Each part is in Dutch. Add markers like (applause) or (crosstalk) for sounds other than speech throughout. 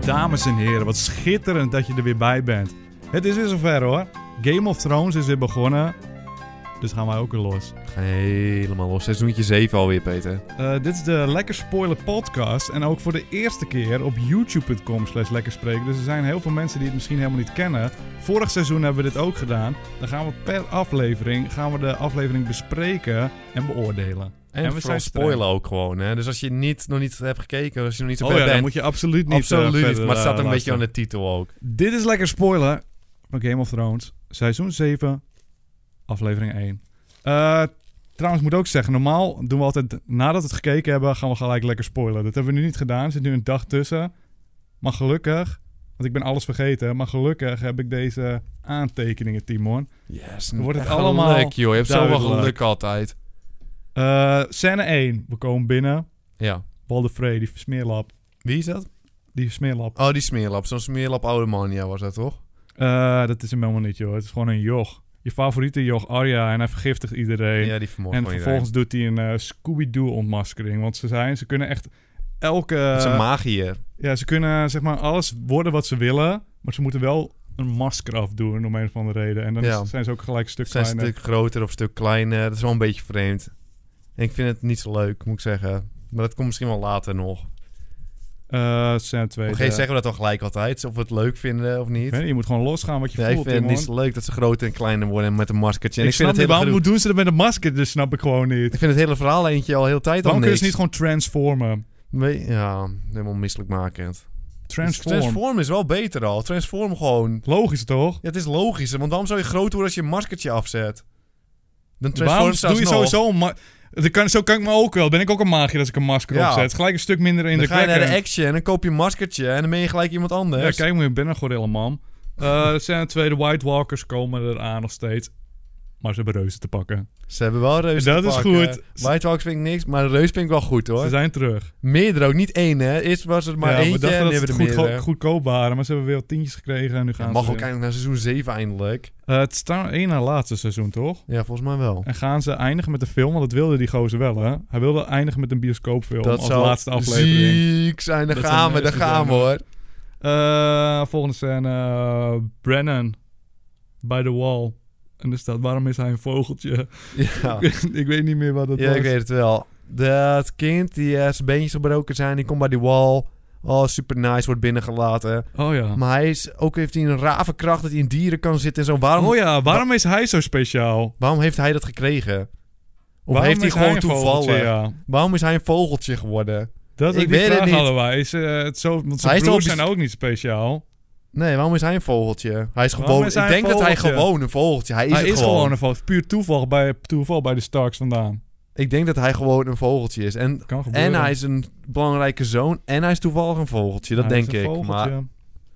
Dames en heren, wat schitterend dat je er weer bij bent. Het is weer zover hoor. Game of Thrones is weer begonnen. Dus gaan wij ook weer los. We gaan helemaal los. Seizoentje 7 alweer, Peter. Eh, dit is de Lekker Spoiler podcast. En ook voor de eerste keer op youtube.com slash lekker spreken. Dus er zijn heel veel mensen die het misschien helemaal niet kennen. Vorig seizoen hebben we dit ook gedaan. Dan gaan we per aflevering gaan we de aflevering bespreken en beoordelen. En, we we zijn streng. zijn spoilen ook gewoon. Hè? Dus als je niet, nog niet hebt gekeken, als je nog niet zo oh ver ja, dan bent... moet je absoluut niet. eh, absoluut niet. verder, Maar het staat eh, een beetje aan luisteren. de titel ook. Dit is lekker spoiler van Game of Thrones, seizoen 7, aflevering 1. Eh, trouwens, moet ook zeggen, normaal doen we altijd, nadat we het gekeken hebben, gaan we gelijk lekker spoilen. Dat hebben we nu niet gedaan, er zit nu een dag tussen. Maar gelukkig, want ik ben alles vergeten, maar gelukkig heb ik deze aantekeningen, Timon. Yes. Dan wordt het echt allemaal Leuk, joh. Je hebt zoveel duidelijk. geluk altijd. Eh scène 1, we komen binnen. Ja. Walder Frey, die smeerlap. Wie is dat? Die smeerlap. Oh, die smeerlap. Zo'n smeerlap oude man, ja, was dat toch? Eh, dat is hem helemaal niet, joh. Het is gewoon een joch. Je favoriete joch, Arya, en hij vergiftigt iedereen. Ja, die vermoord En van vervolgens doet hij een eh, Scooby-Doo-ontmaskering. Want ze zijn, ze kunnen echt elke... iedereen. Dat is een magier. ja, ze kunnen zeg maar alles worden wat ze willen. Maar ze moeten wel een masker afdoen om een of andere reden. En dan Ja. is- zijn ze ook gelijk een stuk Zijn een kleiner. stuk groter of een stuk kleiner. Dat is wel een beetje vreemd. En ik vind het niet zo leuk, moet ik zeggen. Maar dat komt misschien wel later nog. Eh, scène twee. Of de- geen zeggen we dat dan gelijk altijd? Of we het leuk vinden of Ik niet? weet niet, je moet gewoon losgaan wat je Ja, ik voelt, vind het Timon. niet zo leuk dat ze groter en kleiner worden en met een maskertje. En ik ik, snap vind het niet, hele waarom gedoe- moet doen ze dat met een masker? Dat snap ik gewoon niet. ik vind het hele verhaal eentje al heel tijd al Waarom kunnen niks. ze niet gewoon transformen? We- ja, helemaal misselijkmakend. Transform. Transform is wel beter al. Transform gewoon. Logisch, toch? Ja, het is logisch, want waarom zou je groter worden als je een maskertje afzet? Dan Waarom transform doe je sowieso een ma- dat kan, zo kan ik me ook wel. Ben ik ook een maagje als ik een masker Ja. opzet. Gelijk een stuk minder in Dan de ga je naar de cracker. action en dan koop je een maskertje en dan ben je gelijk iemand anders. Ja, kijk, maar je bent een gorilla, man. Eh, er zijn twee, de White Walkers komen eraan nog steeds. Maar ze hebben reuzen te pakken. Ze hebben wel reus Dat te is pakken. goed. White Walks vind ik niks, maar reus vind ik wel goed hoor. Ze zijn terug. Meerdere ook, niet één hè. Eerst was het maar ja, we eentje en dachten nu dat ze hebben we het er goed, meerdere. goedkoop waren, maar ze hebben weer wat tientjes gekregen en nu gaan Ja, mag ze ook weer. eigenlijk naar seizoen 7 eindelijk. Eh, het staat één na laatste seizoen, toch? Ja, volgens mij wel. En gaan ze eindigen met de film, want dat wilde die gozer wel, hè? Hij wilde eindigen met een bioscoopfilm dat als zou laatste aflevering. ziek zijn. Daar Dat gaan we, zou daar nice gaan we hoor. Eh, volgende scène, eh, Brennan bij de wall. En er staat, waarom is hij een vogeltje? Ja, ik weet niet meer wat (laughs) dat ja was. ik weet het wel. Dat kind die eh, zijn beentjes gebroken zijn, die komt bij die wall. Oh, super nice, wordt binnengelaten. Oh ja. Maar hij is, ook heeft hij een ravenkracht dat hij in dieren kan zitten en zo. Waarom, oh ja, waarom is hij zo speciaal? waarom heeft hij dat gekregen? Of Waarom heeft hij is gewoon een toevallig? vogeltje, ja? Waarom is hij een vogeltje geworden? Dat Ik ik weet weet het vraag niet. hadden wij. Is, eh, het zo, want zijn Hij is broers toch op- zijn ook niet speciaal. Nee, waarom is hij een vogeltje? Hij is Waarom gewoon. is hij ik een denk dat hij vogeltje? gewoon een vogeltje. Hij is, hij het is gewoon, een fout. Puur toeval bij, toeval bij de Starks vandaan. Ik denk dat hij gewoon een vogeltje is. En Kan gebeuren. En hij is een belangrijke zoon. En hij is toevallig een vogeltje. Dat Hij is denk een ik. Maar vogeltje.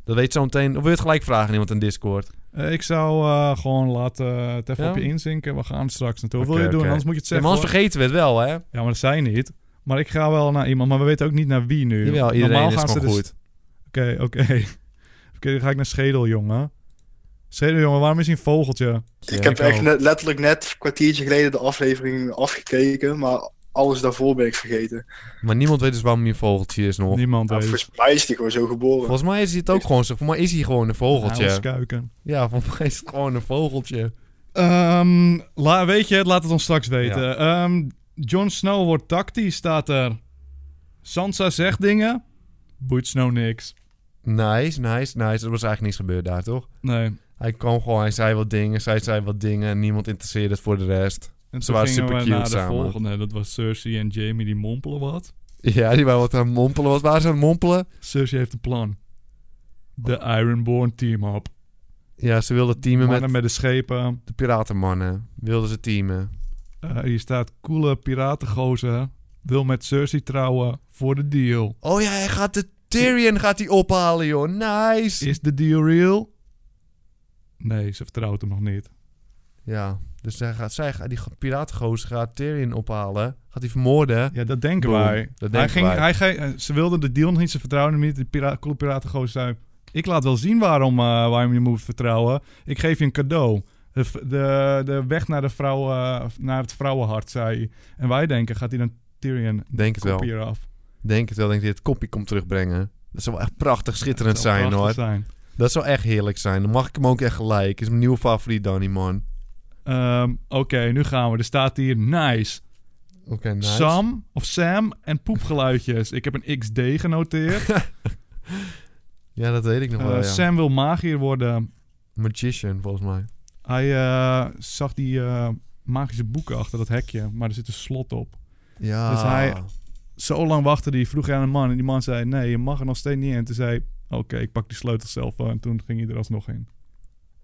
dat weet zo meteen. Of wil je het gelijk vragen aan iemand in Discord? Eh, ik zou eh, gewoon laten eh, het even Ja? op je inzinken. We gaan straks naartoe. Oké, Wil je doen? oké. Anders moet je het Ja, zeggen. maar anders hoor. vergeten we het wel, hè? Ja, maar dat zei niet. Maar ik ga wel naar iemand. Maar we weten ook niet naar wie nu. Jawel, iedereen Normaal is gaan ze gewoon dus- goed. Oké, oké. (laughs) Oké, dan ga ik naar Schedeljongen. Schedeljongen, waarom is hij een vogeltje? Ja, Ik heb ik echt ook. net, letterlijk net een kwartiertje geleden de aflevering afgekeken, maar alles daarvoor ben ik vergeten. Maar niemand weet dus waarom hij een vogeltje is nog. Niemand Nou, weet het. volgens mij is die gewoon zo geboren. Volgens mij is hij het ook gewoon zo. Voor mij is hij gewoon een Hij vogeltje. was kuiken. Ja, volgens mij is het gewoon een vogeltje. Ehm, la, weet je, het, laat het ons straks weten. Ehm, Jon Snow wordt tactisch, staat er. Sansa zegt dingen. Boeit Snow niks. Nice, nice, nice. Er was eigenlijk niks gebeurd daar, toch? Nee. En Hij kwam gewoon, hij zei wat dingen, zij zei wat dingen. En niemand interesseerde het voor de rest. toen Ze waren gingen we supercute naar de samen. volgende. Dat was Cersei en Jamie die mompelen wat. Ja, die waren wat aan het mompelen. Wat waren ze aan het mompelen? Cersei heeft een plan. De Ironborn team-up. Ja, ze wilden teamen met Mannen met de schepen. de piratenmannen. Wilden ze teamen. Eh, hier staat coole piratengozer. Wil met Cersei trouwen voor de deal. Oh ja, hij gaat de Tyrion gaat hij ophalen, joh. Nice. Is de deal real? Nee, ze vertrouwt hem nog niet. Ja, dus hij gaat, zij gaat, die piratengoos gaat Tyrion ophalen. Gaat hij vermoorden. Ja, dat denken Boom. wij. hij Dat denken ging, wij. Hij ging, eh, ze wilden de deal nog niet, ze vertrouwden hem niet. De pira coole piratengozer zei... Ik laat wel zien waarom, eh, waarom je me moet vertrouwen. Ik geef je een cadeau. De, v- de, de weg naar, de vrouw, eh, naar het vrouwenhart, zei hij. En wij denken, gaat hij dan Tyrion Denk het wel. kopier af? Denk het wel. Denk dat hij het kopje komt terugbrengen. Dat zou wel echt prachtig schitterend Het zou zijn prachtig hoor. zijn. Dat zou echt heerlijk zijn. Dan mag ik hem ook echt gelijk. Is mijn nieuwe favoriet, Donnie man. Ehm, Oké, nu gaan we. Er staat hier nice. Oké, nice. Sam of Sam en poepgeluidjes. Ik heb een XD (laughs) genoteerd. Ja, dat weet ik nog Eh, wel. Ja. Sam wil magier worden. Magician, volgens mij. Hij eh, zag die eh, magische boeken achter dat hekje, maar er zit een slot op. Ja. Dus hij- Zo lang wachtte hij, vroeg hij aan een man. En die man zei, nee, je mag er nog steeds niet in. En toen zei hij, oké, ik pak die sleutel zelf wel. En toen ging hij er alsnog in.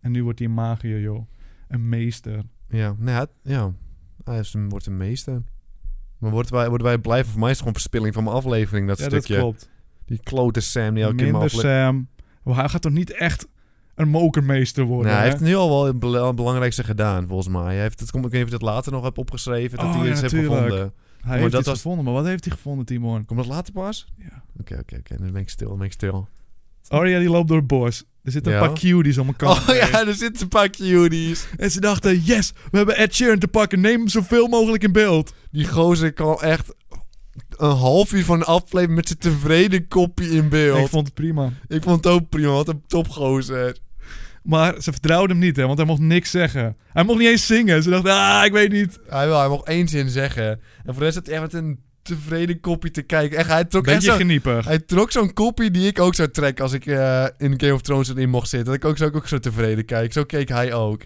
En nu wordt hij een magier, joh. Een meester. Ja, nee, hij, ja. hij is een- wordt een meester. Maar worden wij, worden wij blij van mij is het gewoon verspilling van mijn aflevering, dat ja, stukje. dat klopt. Die klote Sam die elke keer in mijn Minder aflevering... Sam. Oh, hij gaat toch niet echt een mokermeester worden, Nee, Nou, hij hè? heeft nu al wel het bela- het belangrijkste gedaan, volgens mij. Hij heeft, het, ik weet niet of ik dat later nog heb opgeschreven, dat Oh, hij ja, iets heeft natuurlijk. gevonden. Hij heeft dat iets was- gevonden, maar wat heeft hij gevonden, Timon? Komt dat later pas? Ja. Oké, oké, oké. Dan ben ik stil, dan ben ik stil. Arya Oh die loopt door het bos. Er zitten Ja. een paar cuties om elkaar oh ja, er zitten een paar cuties. En ze dachten, yes, we hebben Ed Sheeran te pakken. Neem hem zoveel mogelijk in beeld. Die gozer kan echt een half uur van de aflevering met zijn tevreden kopje in beeld. Ik vond het prima. ik vond het ook prima, wat een topgozer. Maar ze vertrouwden hem niet, hè, want hij mocht niks zeggen. Hij mocht niet eens zingen. Ze dachten, ah, ik weet niet. Hij wil, hij mocht één zin zeggen. En voor de rest zat hij echt met een tevreden kopje te kijken. Echt, hij trok echt Beetje zo... geniepig. Hij trok zo'n kopie die ik ook zou trekken als ik eh, in Game of Thrones erin mocht zitten. Dat ik ook, zou ik ook zo tevreden kijk. Zo keek hij ook.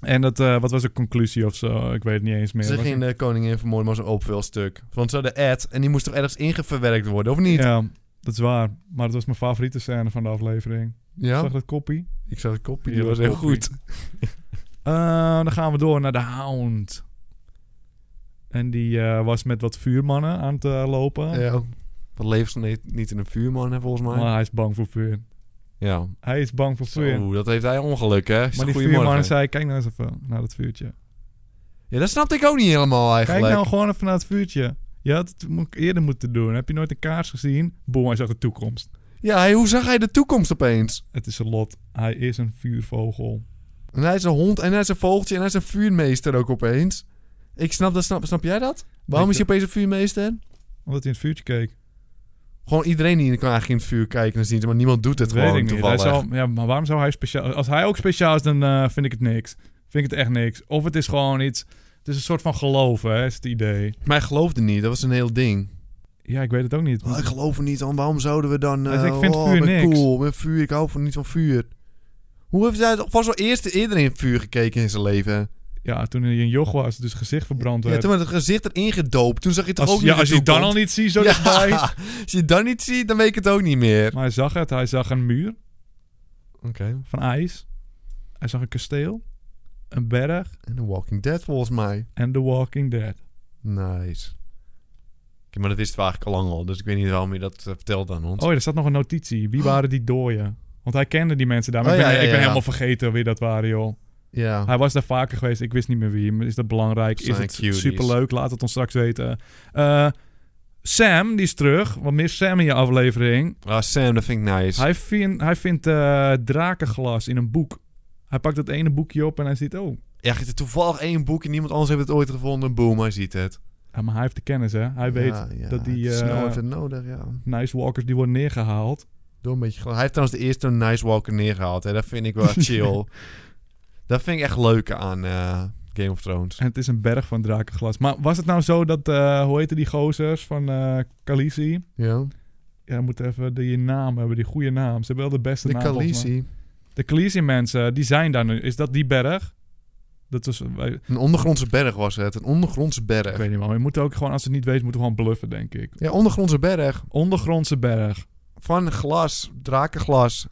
En dat, eh, wat was de conclusie of zo? Ik weet het niet eens meer. Ze Was- ging de koningin vermoorden, maar zo'n opvulstuk. Want ze hadden ad en die moest toch ergens ingeverwerkt worden, of niet? Ja, dat is waar. Maar dat was mijn favoriete scène van de aflevering. Ja? Zag dat koppie? Ik zag de kopie, die Heerlijk was heel koppie. goed. Eh, dan gaan we door naar de hound. En die eh, was met wat vuurmannen aan het eh, lopen. Ja. Wat leeft niet, niet in een vuurman, hè, volgens mij. Maar hij is bang voor vuur. Ja. Hij is bang voor vuur. Zo, dat heeft hij ongeluk, hè? Maar die Goedemorgen. vuurman zei, kijk nou eens even naar dat vuurtje. Ja, dat snapte ik ook niet helemaal Kijk eigenlijk. nou gewoon even naar het vuurtje. Je had het mo- eerder moeten doen. Heb je nooit een kaars gezien? Boom, hij zag de toekomst. Ja, hij- hoe zag hij de toekomst opeens? Het is een lot. Hij is een vuurvogel. En hij is een hond en hij is een vogeltje en hij is een vuurmeester ook opeens. Ik snap dat, snap, snap jij dat? Waarom Ik- is hij opeens een vuurmeester? Omdat hij in het vuurtje keek. Gewoon iedereen die kan eigenlijk in het vuur kijken en zien, maar niemand doet het Dat weet gewoon ik niet. Hij toevallig. zou, ja, maar waarom zou hij speciaal... Als hij ook speciaal is, dan eh, vind ik het niks. Vind ik het echt niks. Of het is gewoon iets... Het is een soort van geloven, hè, is het idee. Maar hij geloofde niet, dat was een heel ding. Ja, ik weet het ook niet. Oh, ik geloof er niet dan waarom zouden we dan... eh, Hij oh, zei, ik vind vuur ik ben niks. cool, ik ben vuur, ik hou van, niet van vuur. Hoe heeft hij toch vast wel eerst eerder in vuur gekeken in zijn leven? Ja, toen hij een joch was, dus gezicht verbrand Ja, werd. toen werd het gezicht erin gedoopt, toen zag je toch ook als, niet ja, de als je het dan al toekomst? niet ziet, zo Ja, dichtbij. (laughs) als je het dan niet ziet, dan weet ik het ook niet meer. Maar hij zag het. Hij zag een muur. Oké. van ijs. Hij zag een kasteel, een berg En The Walking Dead volgens mij. en The Walking Dead. Nice. Oké, maar dat wist we eigenlijk al lang al. Dus ik weet niet waarom je dat eh, vertelde aan ons. Oh, ja, er staat nog een notitie. Wie waren die dooien? Want hij kende die mensen daar. Maar Oh, ik ben, ja, ja, ik ben ja. helemaal vergeten wie dat waren, joh. ja. Hij was daar vaker geweest. Ik wist niet meer wie. Maar is dat belangrijk? Is Zijn het cuties. superleuk? Laat het ons straks weten. Eh, Sam, die is terug. Wat meer Sam in je aflevering. Ah, Sam, dat vind ik nice. Hij, vind, hij vindt eh, drakenglas in een boek. Hij pakt dat ene boekje op en hij ziet... Oh, Ja, er toevallig één boek en niemand anders heeft het ooit gevonden. Boom, hij ziet het. ja, maar hij heeft de kennis, hè? Hij weet... Ja, ja, dat die, Het is eh, nou even nodig, ja. Nice Walkers, die worden neergehaald. Door een beetje gel- Hij heeft trouwens de eerste Nice Walker neergehaald. Hè. Dat (laughs) vind ik wel chill. dat vind ik echt leuk aan eh, Game of Thrones. En het is een berg van drakenglas. Maar was het nou zo dat, eh, hoe heette die gozers van eh Khaleesi? Ja. Ja, we moeten even die naam hebben, die goede naam. Ze hebben wel de beste De naam. volgens mij. Khaleesi. De Khaleesi mensen, die zijn daar nu. Is dat die berg? Dat was, wij- Een ondergrondse berg was het. Een ondergrondse ik berg. weet niet man. We moeten ook gewoon, als we het niet weten, moeten we gewoon bluffen, denk ik. Ja, ondergrondse berg. Ondergrondse berg. Van glas. Drakenglas.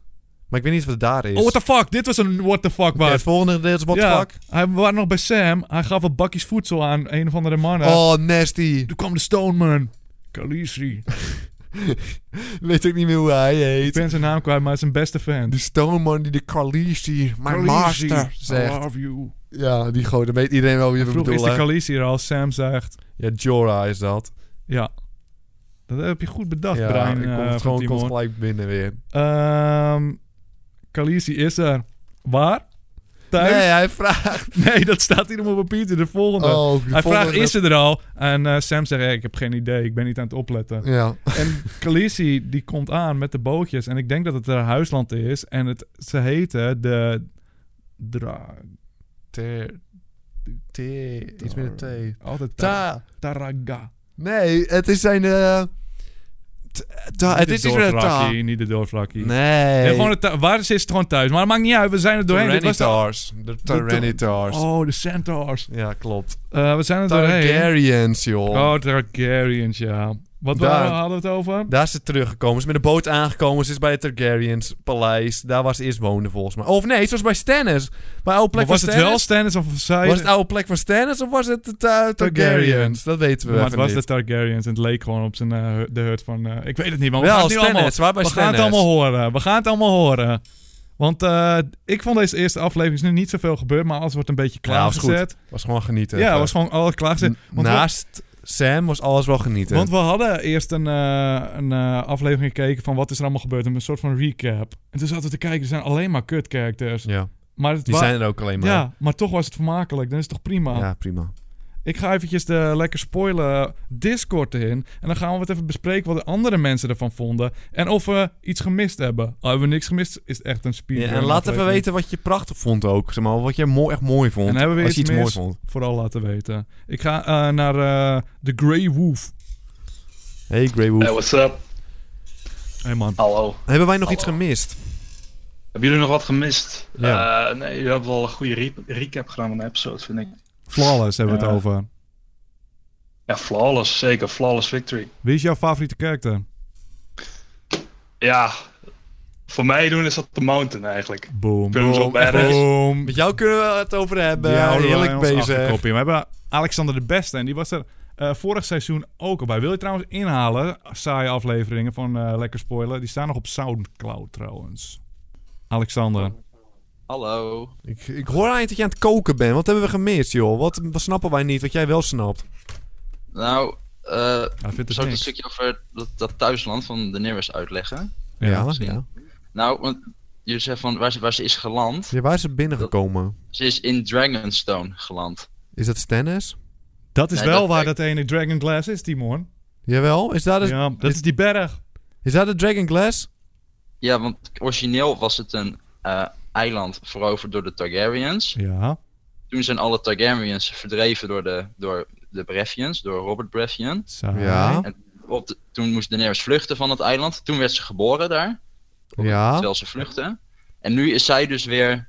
Maar ik weet niet wat het daar is. Oh, what the fuck? Dit was een what the fuck, Oké, waard. het volgende gedeelte is what Ja, the fuck. Hij, we waren nog bij Sam. Hij gaf wat bakjes voedsel aan een of andere mannen. Oh, nasty. Toen kwam de Stoneman. Khaleesi. Weet ook niet meer hoe hij Ik heet. ben zijn naam kwijt, maar hij is zijn beste fan. De Stoneman die de Khaleesi, mijn Khaleesi, master, I zegt. love you. Ja, die goot. Dan weet iedereen wel wie we Vroeg is de bedoelen. Khaleesi er al, Sam zegt. Ja, Jorah is dat. Ja, dat heb je goed bedacht, ja, Brian. ik eh, kom van gewoon komt Timon. gelijk binnen weer. Ehm, Khaleesi is er. Waar? thuis. Nee, hij vraagt... (laughs) Nee, dat staat hier helemaal op papier in de volgende. Oh, de hij vraagt, volgende- is ze er al? En eh, Sam zegt, "Hey, ik heb geen idee, ik ben niet aan het opletten. Ja. En Khaleesi, die komt aan met de bootjes. En ik denk dat het haar huisland is. En het, ze heten de... Dra... Ter... Ter... Iets met een T. Altijd tar, Ta... Taraga. Nee, het is zijn... eh, t- ta- Niet Het de is iets met een ta. dorfrakkie, Niet de dorfrakkie. Nee. Nee, gewoon het ta- waar ze is het gewoon thuis. Maar dat maakt niet uit, we zijn er doorheen. Dit was de- Tyrannitars. De Tyrannitars. Oh, de Centaurs. Ja, klopt. Eh, we zijn er doorheen. Targaryens, joh. Oh, Targaryens, ja. Wat Daar. waar hadden we het over? Daar is ze teruggekomen. Ze is met een boot aangekomen. Ze is bij het Targaryens paleis. Daar waar ze eerst woonde, volgens mij. Of nee, ze was bij Stannis. Bij oude Maar plek was van het wel Stannis. Stannis of zij? was het oude plek van Stannis of was het de Ta- Targaryens? Targaryens. Dat weten we maar het even was niet. de Targaryens en het leek gewoon op zijn, eh, hu- de hut van... eh, ik weet het niet, maar we gaan wel, het nu Stannis. allemaal... Ze waren bij We gaan Stannis. het allemaal horen. We gaan het allemaal horen. Want eh, ik vond deze eerste aflevering is nu niet zoveel gebeurd, maar alles wordt een beetje Ja, was goed. klaargezet. Was gewoon genieten. Ja, even. was gewoon alles klaargezet. Want we- Naast Sam was alles wel genieten. Want we hadden eerst een, eh, een eh, aflevering gekeken van wat is er allemaal gebeurd. Een soort van recap. En toen zaten we te kijken, er zijn alleen maar kut characters. ja, Maar het die wa- zijn er ook alleen maar. Ja, maar toch was het vermakelijk. Dan is het toch prima. Ja, prima. Ik ga eventjes de lekker spoiler Discord in. En dan gaan we het even bespreken wat de andere mensen ervan vonden. En of we iets gemist hebben. Al hebben we niks gemist, is het echt een Ja, speedrun. en laat even aflevering. weten wat je prachtig vond ook. Zeg maar, wat je mooi, echt mooi vond. En hebben we Als je iets iets mooi mis? vond. Vooral laten weten. Ik ga eh, naar eh, The Grey Wolf. Hey, Grey Wolf. Hey, what's up? hey man. Hallo. Hebben wij nog Hallo. iets gemist? Hebben jullie nog wat gemist? Ja. Eh, nee, jullie hebben wel een goede re- recap gedaan van de episode, vind ik. Flawless hebben we het Ja. over. Ja, flawless, zeker. Flawless victory. Wie is jouw favoriete character? Ja, voor mij doen is dat de mountain eigenlijk. Ik Boom. vind hem zo Boom, badass. Boom. Met jou kunnen we het over hebben. Ja, houden wij Heerlijk ons bezig. achterkopje. We hebben Alexander de Beste en die was er eh, vorig seizoen ook al bij. Wil je trouwens inhalen? Saaie afleveringen van eh, Lekker Spoiler. Die staan nog op Soundcloud trouwens. Alexander. Oh. Hallo. Ik, ik hoor eigenlijk dat je aan het koken bent. Wat hebben we gemist, joh? Wat, wat snappen wij niet wat jij wel snapt? Nou, eh Hij vindt zou het ik een niks. stukje over dat, dat thuisland van Daenerys uitleggen? Ja. ja. Nou, want je zegt van waar ze, waar ze is geland. Ja, waar is het binnengekomen? Ze is in Dragonstone geland. Is dat Stannis? Dat is Nee, wel dat- waar dat ene Dragon Glass is, Timon. Jawel. Is dat, het- ja, dat is die berg. is dat de Dragon Glass? Ja, want origineel was het een eh, eiland veroverd door de Targaryens. Ja. Toen zijn alle Targaryens verdreven door de, door de Baratheons, door Robert Baratheon. Saai. Ja. Op de- toen moest Daenerys vluchten van het eiland. Toen werd ze geboren daar. Ja. terwijl ze vluchten. En nu is zij dus weer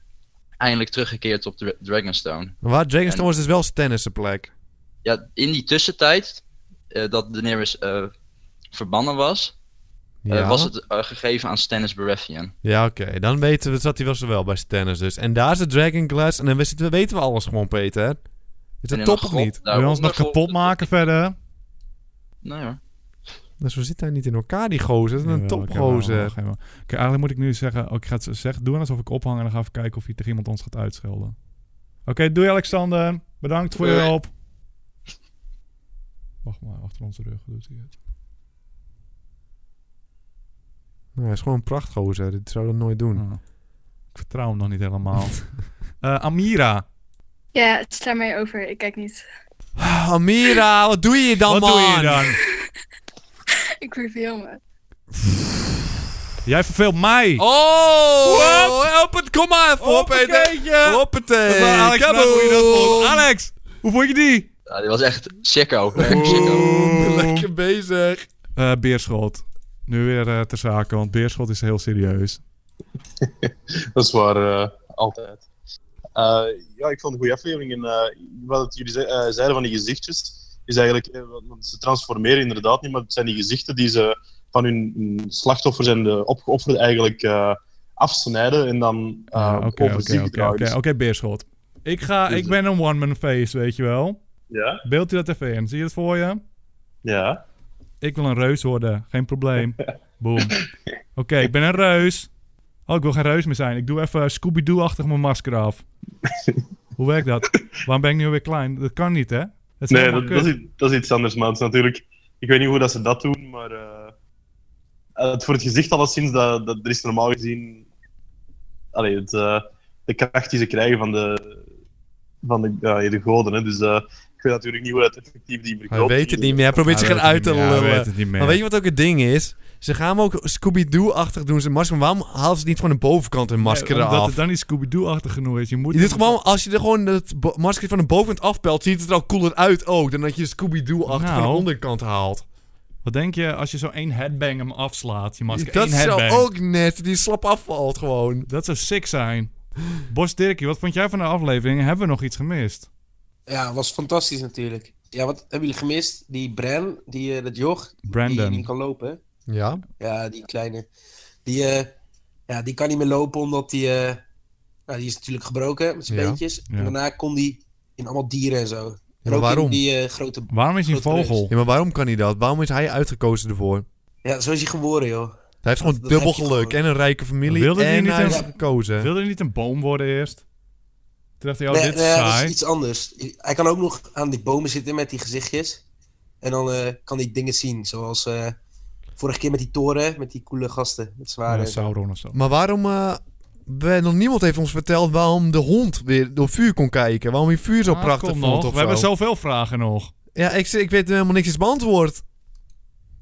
eindelijk teruggekeerd op Dra- Dragonstone. Waar Dragonstone En- was, is wel Stannis' plek. Ja, in die tussentijd eh dat Daenerys eh verbannen was, eh, Ja, was het eh, gegeven aan Stannis Baratheon. ja oké. Dan weten we, zat hij was er wel bij Stannis dus. En daar is de Dragon Glass. En dan weten we- weten we alles gewoon, Peter. Is En dat in top een of grot niet? Wil je daaronder ons nog volgde- kapot maken verder? Nou ja. Dus we zitten hij niet in elkaar, die gozer. Dat is een Jawel, ik heb wel- topgozer. ik heb wel. Oké, eigenlijk moet ik nu zeggen... oh, ik ga het zo zeggen. Doe alsof ik ophang en dan ga even kijken of hij tegen iemand ons gaat uitschelden. Oké, doei Alexander. Bedankt voor je Doei. hulp. Wacht maar, achter onze rug doet hij het. Nou, hij is gewoon een prachtgozer. Dit zou dat nooit doen. Ah. ik vertrouw hem nog niet (laughs) helemaal. Eh, Amira. Ja, sla mij over. Ik kijk (laughs) niet. Amira, wat doe je hier dan, wat man? doe je dan? Ik reveal me. Jij verveelt mij. Oh, Wat? help het, kom maar even op, Peter. Hoppakeetje. Dat Hoppatee, was Alex, kaboom. Vraag hoe je dat vond. Alex, hoe vond je die? Ja, dit was echt sicko. Echt sicko. Boom, (laughs) Lekker bezig. Eh, Beerschot. Nu weer eh, ter zake, want Beerschot is heel serieus. (laughs) Dat is waar, eh, altijd. Eh, ja, ik vond een goede aflevering. En, eh, wat het jullie ze- eh, zeiden van die gezichtjes, is eigenlijk... eh, want ze transformeren inderdaad niet, maar het zijn die gezichten die ze van hun hun slachtoffers en de opgeofferd eigenlijk eh, afsnijden en dan eh, Ah, Oké, over oké, zich oké, draaien. oké, Dus- oké, Beerschot. Ik, ga, Dus- ik ben een one-man face, weet je wel. Ja, Beeld je dat even in. Zie je het voor je? ja. Ik wil een reus worden. Geen probleem. Boom. Oké, ik ben een reus. Oh, ik wil geen reus meer zijn. Ik doe even Scooby-Doo-achtig mijn masker af. Hoe werkt dat? Waarom ben ik nu weer klein? Dat kan niet, hè? Dat is Nee, helemaal dat, kut. dat, is, iets- dat is iets anders, maar het is natuurlijk... Ik weet niet hoe dat ze dat doen, maar... eh, het voor het gezicht alleszins, dat, dat, er is normaal gezien... Allee, het, eh, de kracht die ze krijgen van de, van de, ja, de goden. Hè. Dus eh, ik weet natuurlijk niet hoe dat effectief die Hij verkoopt. weet het niet meer. Hij probeert Hij zich gaan weet het uit te niet meer, hij lullen. weet het niet meer. Maar weet je wat ook het ding is? Ze gaan hem ook Scooby-Doo-achtig doen. Ze masker, waarom halen ze niet gewoon de bovenkant hun masker Nee, omdat af? het dan niet Scooby-Doo-achtig genoeg is. Je moet Je doet gewoon, als je er gewoon het bo- masker van de bovenkant afpelt, ziet het er al cooler uit ook. Dan dat je Scooby-Doo-achtig van Nou. de onderkant haalt. Wat denk je als je zo één headbang hem afslaat? Je masker dat één headbang. zou ook net, die slap afvalt gewoon. Dat zou sick zijn. Bos Dirkie, wat vond jij van de aflevering? Hebben we nog iets gemist? Ja, was fantastisch natuurlijk. Ja, wat hebben jullie gemist? Die Bran, die, eh, dat joch, die niet Brandon. kan lopen. hè? Ja. Ja, die kleine. Die, eh, ja, die kan niet meer lopen omdat die... eh, nou, die is natuurlijk gebroken met zijn Ja, beentjes. ja. En daarna kon die in allemaal dieren en zo. En maar ook in waarom? die eh, grote... Waarom is hij een Goed rust. vogel? Ja, maar waarom kan hij dat? Waarom is hij uitgekozen ervoor? Ja, zo is hij geboren, joh. Hij heeft gewoon Dat- dat dubbel heb je geluk en gewoon. een rijke familie Wilde hij en niet hij is een- gekozen. Wilde hij niet een boom worden eerst? Toen dacht hij, oh, nee, dit is nee, dat saai. is iets anders. Hij kan ook nog aan die bomen zitten met die gezichtjes. En dan eh, kan hij dingen zien. Zoals eh, vorige keer met die toren, met die coole gasten. Met zware... Ja, Sauron of zo. Maar waarom... eh, we, nog niemand heeft ons verteld waarom de hond weer door vuur kon kijken. Waarom hij vuur zo Ah, prachtig kom vond nog. of We hebben zo. zoveel vragen nog. Ja, ik, ik weet helemaal niks is beantwoord.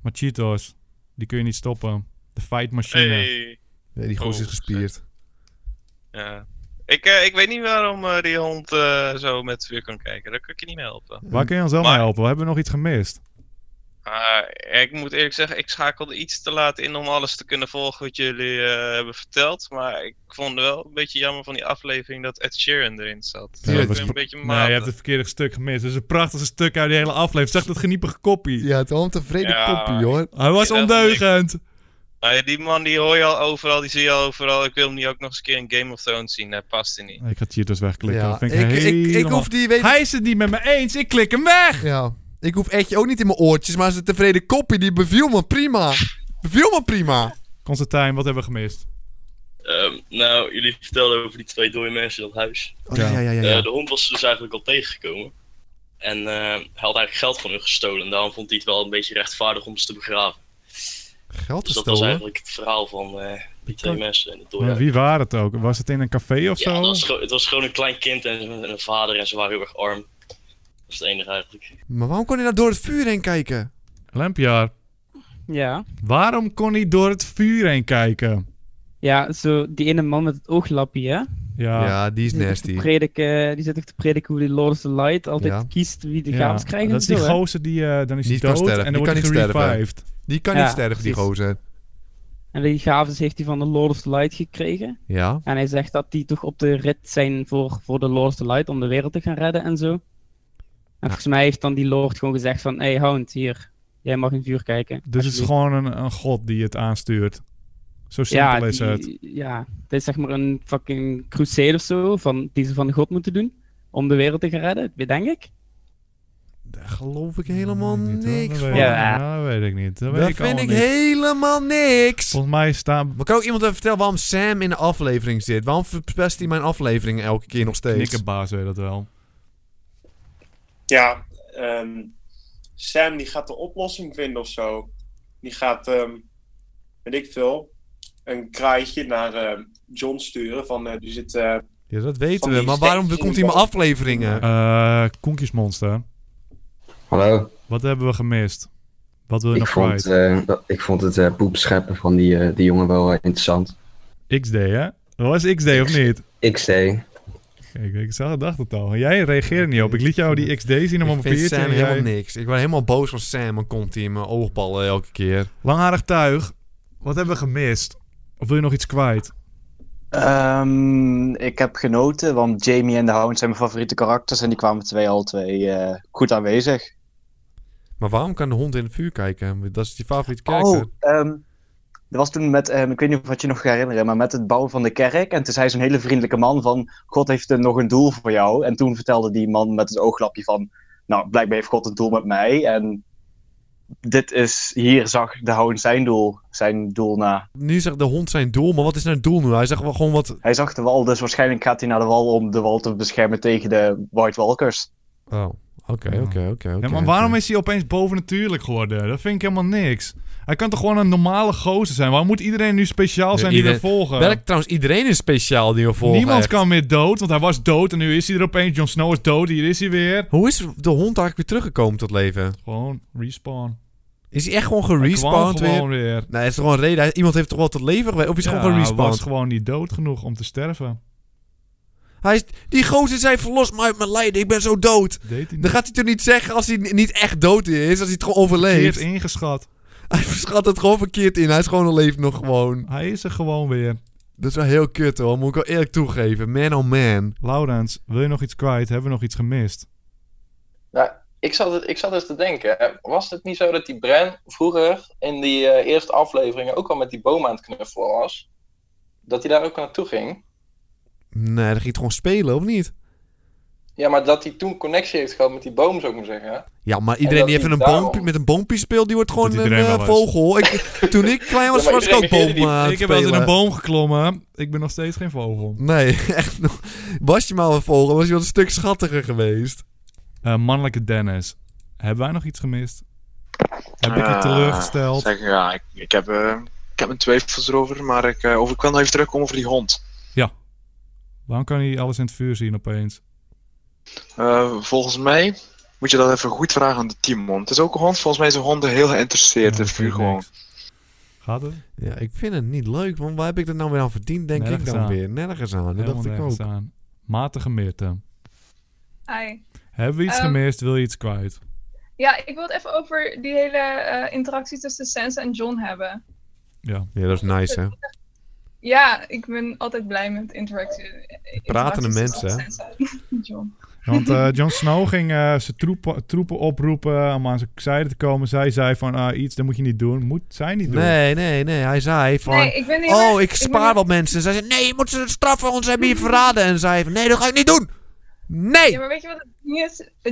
Maar Cheetos, die kun je niet stoppen. De fight machine. Hey. Nee, die goos Oh, is gespierd. Ja. Ik, eh, ik weet niet waarom eh, die hond eh, zo met vuur kan kijken. Daar kan ik je niet mee helpen. Waar kun je ons wel mee Maar- helpen? We hebben nog iets gemist. Maar ik moet eerlijk zeggen, ik schakelde iets te laat in om alles te kunnen volgen wat jullie eh, hebben verteld. Maar ik vond het wel een beetje jammer van die aflevering dat Ed Sheeran erin zat. Ja, ik dat ben is een beetje Nee, je matig. hebt het verkeerde stuk gemist. Het is een prachtig stuk uit die hele aflevering. Zag dat geniepige kopie. Ja, het een tevreden Ja. poppie, hoor. Hij was Ja, dat ondeugend. Nou ja, die man die hoor je al overal, die zie je al overal. Ik wil hem niet ook nog eens een keer in Game of Thrones zien. Dat past hij niet. Ik ga Cheetos wegklikken. Ja, Dat vind ik, ik, ik, ik helemaal- hoef die... Weet, Hij is het niet met me eens. Ik klik hem weg. ja. Ik hoef Edje ook niet in mijn oortjes, maar zijn tevreden koppie, die beviel me prima. Beviel me prima. Constantijn, wat hebben we gemist? Ehm, nou, jullie vertelden over die twee dode mensen in dat huis. Oh, ja, ja, ja. ja, ja. Eh, de hond was dus eigenlijk al tegengekomen. En eh, hij had eigenlijk geld van hun gestolen. En daarom vond hij het wel een beetje rechtvaardig om ze te begraven. Geld Dus dat was gestolen? eigenlijk het verhaal van eh, die twee kan- mensen in het Maar dode huis. wie waren het ook? Was het in een café of Ja, zo? dat Oh. was gewoon- het was gewoon een klein kind en een- en een vader. En ze waren heel erg arm. Dat is het enige eigenlijk. Maar waarom kon hij nou door het vuur heen kijken? Lampjaar, Ja. waarom kon hij door het vuur heen kijken? Ja, zo die ene man met het ooglapje, hè? Ja, Ja, die is Die zit, toch te nasty. prediken, die zit toch te prediken hoe die Lord of the Light altijd Ja. kiest wie de ja. gaves krijgen. Dat is die en zo, hè? gozer die, eh, dan is hij Niet kan dood sterven, en die dan wordt kan hij niet sterven. gerevived. Die kan Ja, niet sterven, die precies. gozer. En die gaves heeft hij van de Lord of the Light gekregen. Ja. En hij zegt dat die toch op de rit zijn voor, voor de Lord of the Light om de wereld te gaan redden en zo. En volgens mij heeft dan die Lord gewoon gezegd van, hey Hound, hier, jij mag in vuur kijken. Dus het is gewoon een, een god die het aanstuurt. Zo simpel ja, is die- het. Ja, het is zeg maar een fucking crusade of zo, van, die ze van de god moeten doen. Om de wereld te gaan redden, denk ik. Daar geloof ik helemaal Nee, niet hoor. niks Dat weet van. ik- Ja. ja, dat weet ik niet. Dat, weet Dat ik vind allemaal ik niet. helemaal niks. Volgens mij staan... Maar kan ook iemand even vertellen waarom Sam in de aflevering zit? Waarom verpest hij mijn aflevering elke keer nog steeds? Knikkenbaas weet dat wel. Ja, ehm, Sam die gaat de oplossing vinden of zo. Die gaat, ehm, weet ik veel, een kraaitje naar ehm, John sturen van eh, er zit eh, Ja, dat Van weten we. die Maar waarom steentjes komt hij in mijn de afleveringen? Eh Koenkiesmonster, Hallo, eh, wat hebben we gemist? Wat wil je nog kwijt? ik vond het poepscheppen van die, eh, die jongen wel interessant. XD, hè? Dat was XD of niet? XD. Kijk, ik zag het, dacht het al. Jij reageerde niet op. Ik liet jou die XD zien op mijn ik vind papiertje. Sam en helemaal jij- niks. Ik ben helemaal boos van Sam. Dan komt hij in mijn oogballen elke keer. Langharig tuig, wat hebben we gemist? Of wil je nog iets kwijt? Ehm, ik heb genoten, want Jamie en de Hound zijn mijn favoriete karakters en die kwamen twee al twee eh, goed aanwezig. Maar waarom kan de hond in het vuur kijken? Dat is je favoriete karakter. Oh, ehm, dat was toen met, ehm, ik weet niet of wat je nog gaat herinneren, maar met het bouwen van de kerk. En toen zei zo'n hele vriendelijke man van, God heeft eh, nog een doel voor jou. En toen vertelde die man met het ooglapje van, nou, blijkbaar heeft God een doel met mij. En dit is, hier zag de Hound zijn doel, zijn doel na. Nu zegt de hond zijn doel, maar wat is nou het doel nu? Hij zegt wel gewoon wat... Hij zag de wal, dus waarschijnlijk gaat hij naar de wal om de wal te beschermen tegen de White Walkers. Oh, oké. Oké, oké, oké. Ja, oké, maar waarom is hij opeens bovennatuurlijk geworden? Dat vind ik helemaal niks. Hij kan toch gewoon een normale gozer zijn? Waarom moet iedereen nu speciaal zijn die Iedereen- we volgen? Welk trouwens, iedereen is speciaal die we volgen. Niemand echt. kan meer dood, want hij was dood en nu is hij er opeens. Jon Snow is dood, hier is hij weer. Hoe is de hond eigenlijk weer teruggekomen tot leven? Gewoon respawn. Is hij echt gewoon Hij gerespawnd kwam weer? gewoon weer. Nee, is er gewoon een reden. Hij- Iemand heeft toch wel tot leven gewerkt? Of is hij Ja, gewoon Hij was gerespawnd? gewoon niet dood genoeg om te sterven. Hij is, die gozer zei, verlos mij uit mijn lijden, ik ben zo dood. Deed hij Dan gaat hij toch niet zeggen als hij n- niet echt dood is, als hij het gewoon overleeft. Verkeerd ingeschat. Hij schat het gewoon verkeerd in, hij is gewoon al leeft nog gewoon. Hij is er gewoon weer. Dat is wel heel kut hoor, moet ik wel eerlijk toegeven. Man oh man. Laurens, wil je nog iets kwijt? Hebben we nog iets gemist? Nou, ik zat, het- ik zat eens te denken, eh, was het niet zo dat die Bran vroeger in die eh, eerste afleveringen ook al met die boom aan het knuffelen was? Dat hij daar ook naartoe ging? Nee, dan ging het gewoon spelen, of niet? Ja, maar dat hij toen connectie heeft gehad met die boom, zou ik maar zeggen. Ja, maar En iedereen dat die even hij een daarom- boompje, met een boompje speelt, die wordt gewoon een iedereen eh, wel is. vogel. Ik, toen ik klein was, (laughs) Ja, maar was ik ook iedereen boom begint aan het ik heb wel eens in een spelen. boom geklommen. Ik ben nog steeds geen vogel. Nee, (laughs) echt nog. Was je maar een vogel, was je wel een stuk schattiger geweest. Eh, mannelijke Dennis. Hebben wij nog iets gemist? Heb ik je Eh, teleurgesteld? Zeg, ja, ik, ik, heb, eh, ik heb mijn twijfels erover, maar ik, eh, over, ik wil nog even terugkomen over die hond. Waarom kan hij alles in het vuur zien opeens? Eh, volgens mij moet je dat even goed vragen aan de teamhond. Het is ook een hond, volgens mij zijn honden heel geïnteresseerd in vuur gewoon. Gaat het? Ja, ik vind het niet leuk, want waar heb ik dat nou weer aan verdiend, denk ik Nergens dan aan. weer. Nergens aan, dat Helemaal dacht ik nergens ook. aan. Matige Meerte. Hi. Hebben we iets Ehm, gemist? Wil je iets kwijt? Ja, ik wil het even over die hele eh, interactie tussen Sansa en John hebben. Ja. Ja, dat is nice, hè. Ja, ik ben altijd blij met interactie. Pratende mensen, hè. Sansa en (laughs) John. Ja, Want (laughs) eh Jon Snow ging eh, zijn troepen, troepen oproepen om aan zijn zijde te komen. Zij zei van ah, iets, dat moet je niet doen. Moet zij niet doen. Nee, nee, nee. Hij zei van... Nee, ik ben heel erg- oh, ik ik spaar wat mensen. Zij zei, nee, je moet ze straffen, want ze hebben je verraden. En zij van, nee, dat ga ik niet doen. Nee! Ja, maar weet je wat het ding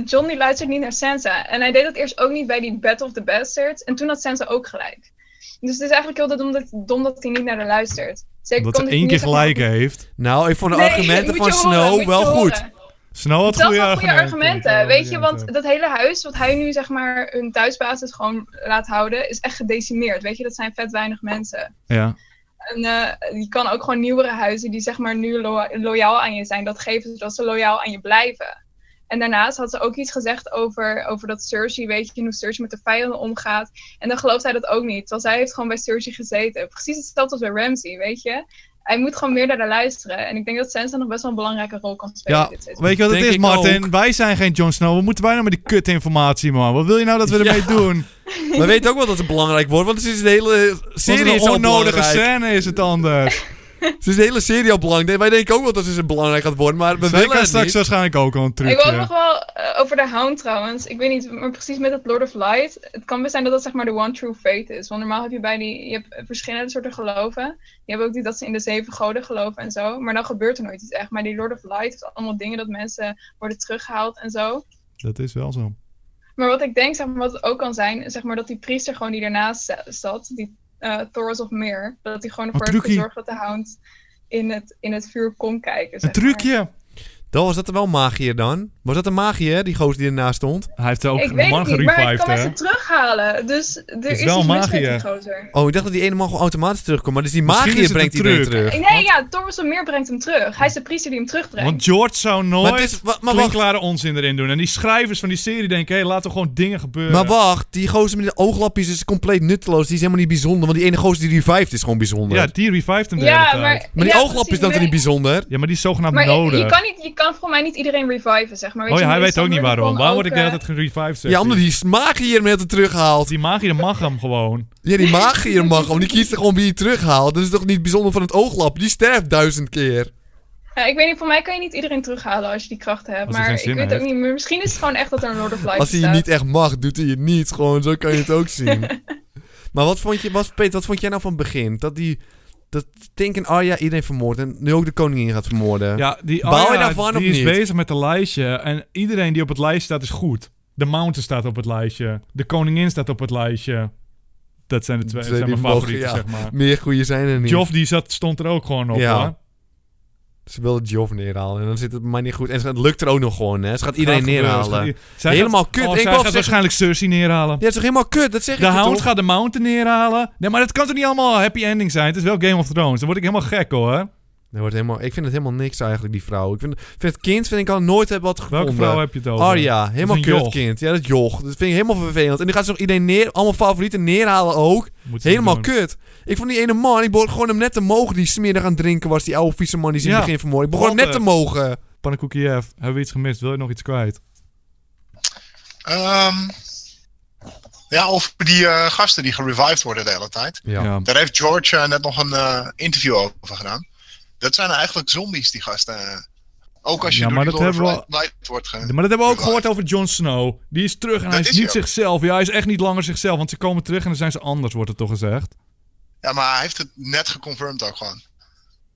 is? John die luistert niet naar Sansa. En hij deed dat eerst ook niet bij die Battle of the Bastards. En toen had Sansa ook gelijk. Dus het is eigenlijk heel dom dat, dom dat hij niet naar haar luistert. Zeker Dat ze komt één het keer niet echt- gelijk heeft. Nou, ik vond de Nee, argumenten moet je van horen, moet Snow je wel goed. horen. Snow had Dat goede waren goede argumenten. argumenten, weet je, want dat hele huis wat hij nu zeg maar hun thuisbasis gewoon laat houden, is echt gedecimeerd, weet je, dat zijn vet weinig mensen. Ja. En eh, je kan ook gewoon nieuwere huizen die zeg maar nu lo- loyaal aan je zijn, dat geven zodat ze loyaal aan je blijven. En daarnaast had ze ook iets gezegd over, over dat Cersei, weet je, hoe Cersei met de vijanden omgaat. En dan gelooft hij dat ook niet, want hij heeft gewoon bij Cersei gezeten. Precies hetzelfde als bij Ramsay, weet je. Hij moet gewoon meer naar haar luisteren. En ik denk dat Sansa nog best wel een belangrijke rol kan spelen. Ja, in dit seizoen. weet je wat het Denk is, ik Martin? ook. Wij zijn geen Jon Snow. Wat moeten wij nou met die kutinformatie, man? Wat wil je nou dat we ermee (laughs) doen? We weten ook wel dat het belangrijk wordt, want het is de hele serie Wat is een al onnodige belangrijk. scène is het (laughs) anders. Het is de hele serie al belangrijk. Wij denken ook wel dat ze belangrijk gaat worden, maar we Zij willen kan het straks eh. niet. waarschijnlijk ook al een Ik wil ook nog trucje. wel eh, over de Hound trouwens. Ik weet niet, maar precies met het Lord of Light. Het kan best zijn dat dat zeg maar de one true faith is. Want normaal heb je bij die, je hebt verschillende soorten geloven. Je hebt ook die dat ze in de zeven goden geloven en zo. Maar dan gebeurt er nooit iets echt. Maar die Lord of Light heeft allemaal dingen dat mensen worden teruggehaald en zo. Dat is wel zo. Maar wat ik denk, zeg maar, wat het ook kan zijn, is zeg maar dat die priester gewoon die ernaast za- zat, die eh Thoros of Meer, dat hij gewoon ervoor heeft truckie. gezorgd dat de Hound in het, in het vuur kon kijken. zeg maar. Trucje! Dan was dat er wel magier dan. Was dat een magier, die gozer die ernaast stond? Hij heeft ik ook weet het niet, maar ik kan mensen terughalen. Dus er is, wel iets mis met magie, die hè? gozer. Oh, ik dacht dat die ene man gewoon automatisch terugkomt, maar dus die Misschien is magier het brengt een iedereen truc. terug. Eh, Nee, ja, Thomas van Meer brengt hem terug. Hij is de priester die hem terugbrengt. Want George zou Maar het nooit is- wa- maar klinkklare onzin erin doen. En die schrijvers van die serie denken, hé, laten we gewoon dingen gebeuren. Maar wacht, die gozer met de ooglapjes is compleet nutteloos. Die is helemaal niet bijzonder, want die ene gozer die revived is gewoon bijzonder. Ja, die revived hem de Ja, hele maar- tijd. Maar die Ja, ooglapjes precies, dan toch maar- niet bijzonder? Ja, maar die is zogenaamd maar nodig. je kan, niet, je kan voor mij niet iedereen reviven, zeg maar. Weet oh je, ja, hij die weet ook niet Sander waarom. kon Waarom word ik ook, de hele eh, tijd gerevived? zegt Ja, omdat hij. die magier hem altijd terughaalt. Die magier mag hem gewoon. Ja, die magier mag hem. Die kiest er gewoon wie hij terughaalt. Dat is toch niet bijzonder van het ooglap? Die sterft duizend keer. ja, ik weet niet, voor mij kan je niet iedereen terughalen als je die krachten hebt. Als hij maar geen ik zin weet ook heeft. niet. maar Misschien is het gewoon echt dat er een Lord of Light Als hij je bestaat. niet echt mag, doet hij het niet. Gewoon, zo kan je het ook zien. (laughs) Maar wat vond je, wat, Peter, wat vond jij nou van het begin? Dat die, dat Tink en Arya iedereen vermoordt en nu ook de koningin gaat vermoorden. Ah, Ja, die Baal je Arya, daarvan die of is niet? bezig met een lijstje. En iedereen die op het lijstje staat is goed. De Mountain staat op het lijstje. De Koningin staat op het lijstje. Dat zijn de twee, Twee zijn die mijn mogen, favorieten, ja. zeg maar. Meer goeie zijn er niet. Joff, die zat, stond er ook gewoon op, Ja. hoor. Ze wilde Joff neerhalen en dan zit het maar niet goed. En ze- het lukt er ook nog gewoon, hè. Ze gaat Gaat iedereen gebeuren, ze gaat neerhalen. i- Zij helemaal gaat- kut. oh, ik zij wou zeggen- gaat waarschijnlijk Cersei neerhalen. Ja, het is toch helemaal kut? Dat zeg ik De je Hound toch? gaat de Mountain neerhalen. Nee, maar dat kan toch niet allemaal happy ending zijn? Het is wel Game of Thrones. Dan word ik helemaal gek, hoor. Dat wordt helemaal, ik vind het helemaal niks eigenlijk, die vrouw. Ik vind, vind het kind vind ik al nooit hebben wat gevonden. Welke vrouw heb je het over? eh, Arya, Dat is helemaal een kut joch. kind. Ja, dat is joch. Dat vind ik helemaal vervelend. En die gaat ze nog iedereen neer, allemaal favorieten neerhalen ook. Moet ze helemaal niet doen. kut. Ik vond die ene man, ik begon gewoon hem net te mogen die smerig aan het drinken was. Die oude vieze man die ze in het begin vermoord. Ik begon hem net te mogen. Pannenkoekje F, hebben we iets gemist? Wil je nog iets kwijt? Ehm, ja, over die eh, gasten die gerevived worden de hele tijd. Ja. Ja. Daar heeft George eh, net nog een eh, interview over gedaan. Dat zijn eigenlijk zombies, die gasten. Ook als je Ja, door maar die dat hebben we Lord al- of Light wordt ge- Maar dat hebben we ook gehoord over Jon Snow. Die is terug en hij Dat is, is hij niet ook. zichzelf. Ja, hij is echt niet langer zichzelf, want ze komen terug en dan zijn ze anders, wordt het toch gezegd? Ja, maar hij heeft het net geconfirmed ook gewoon.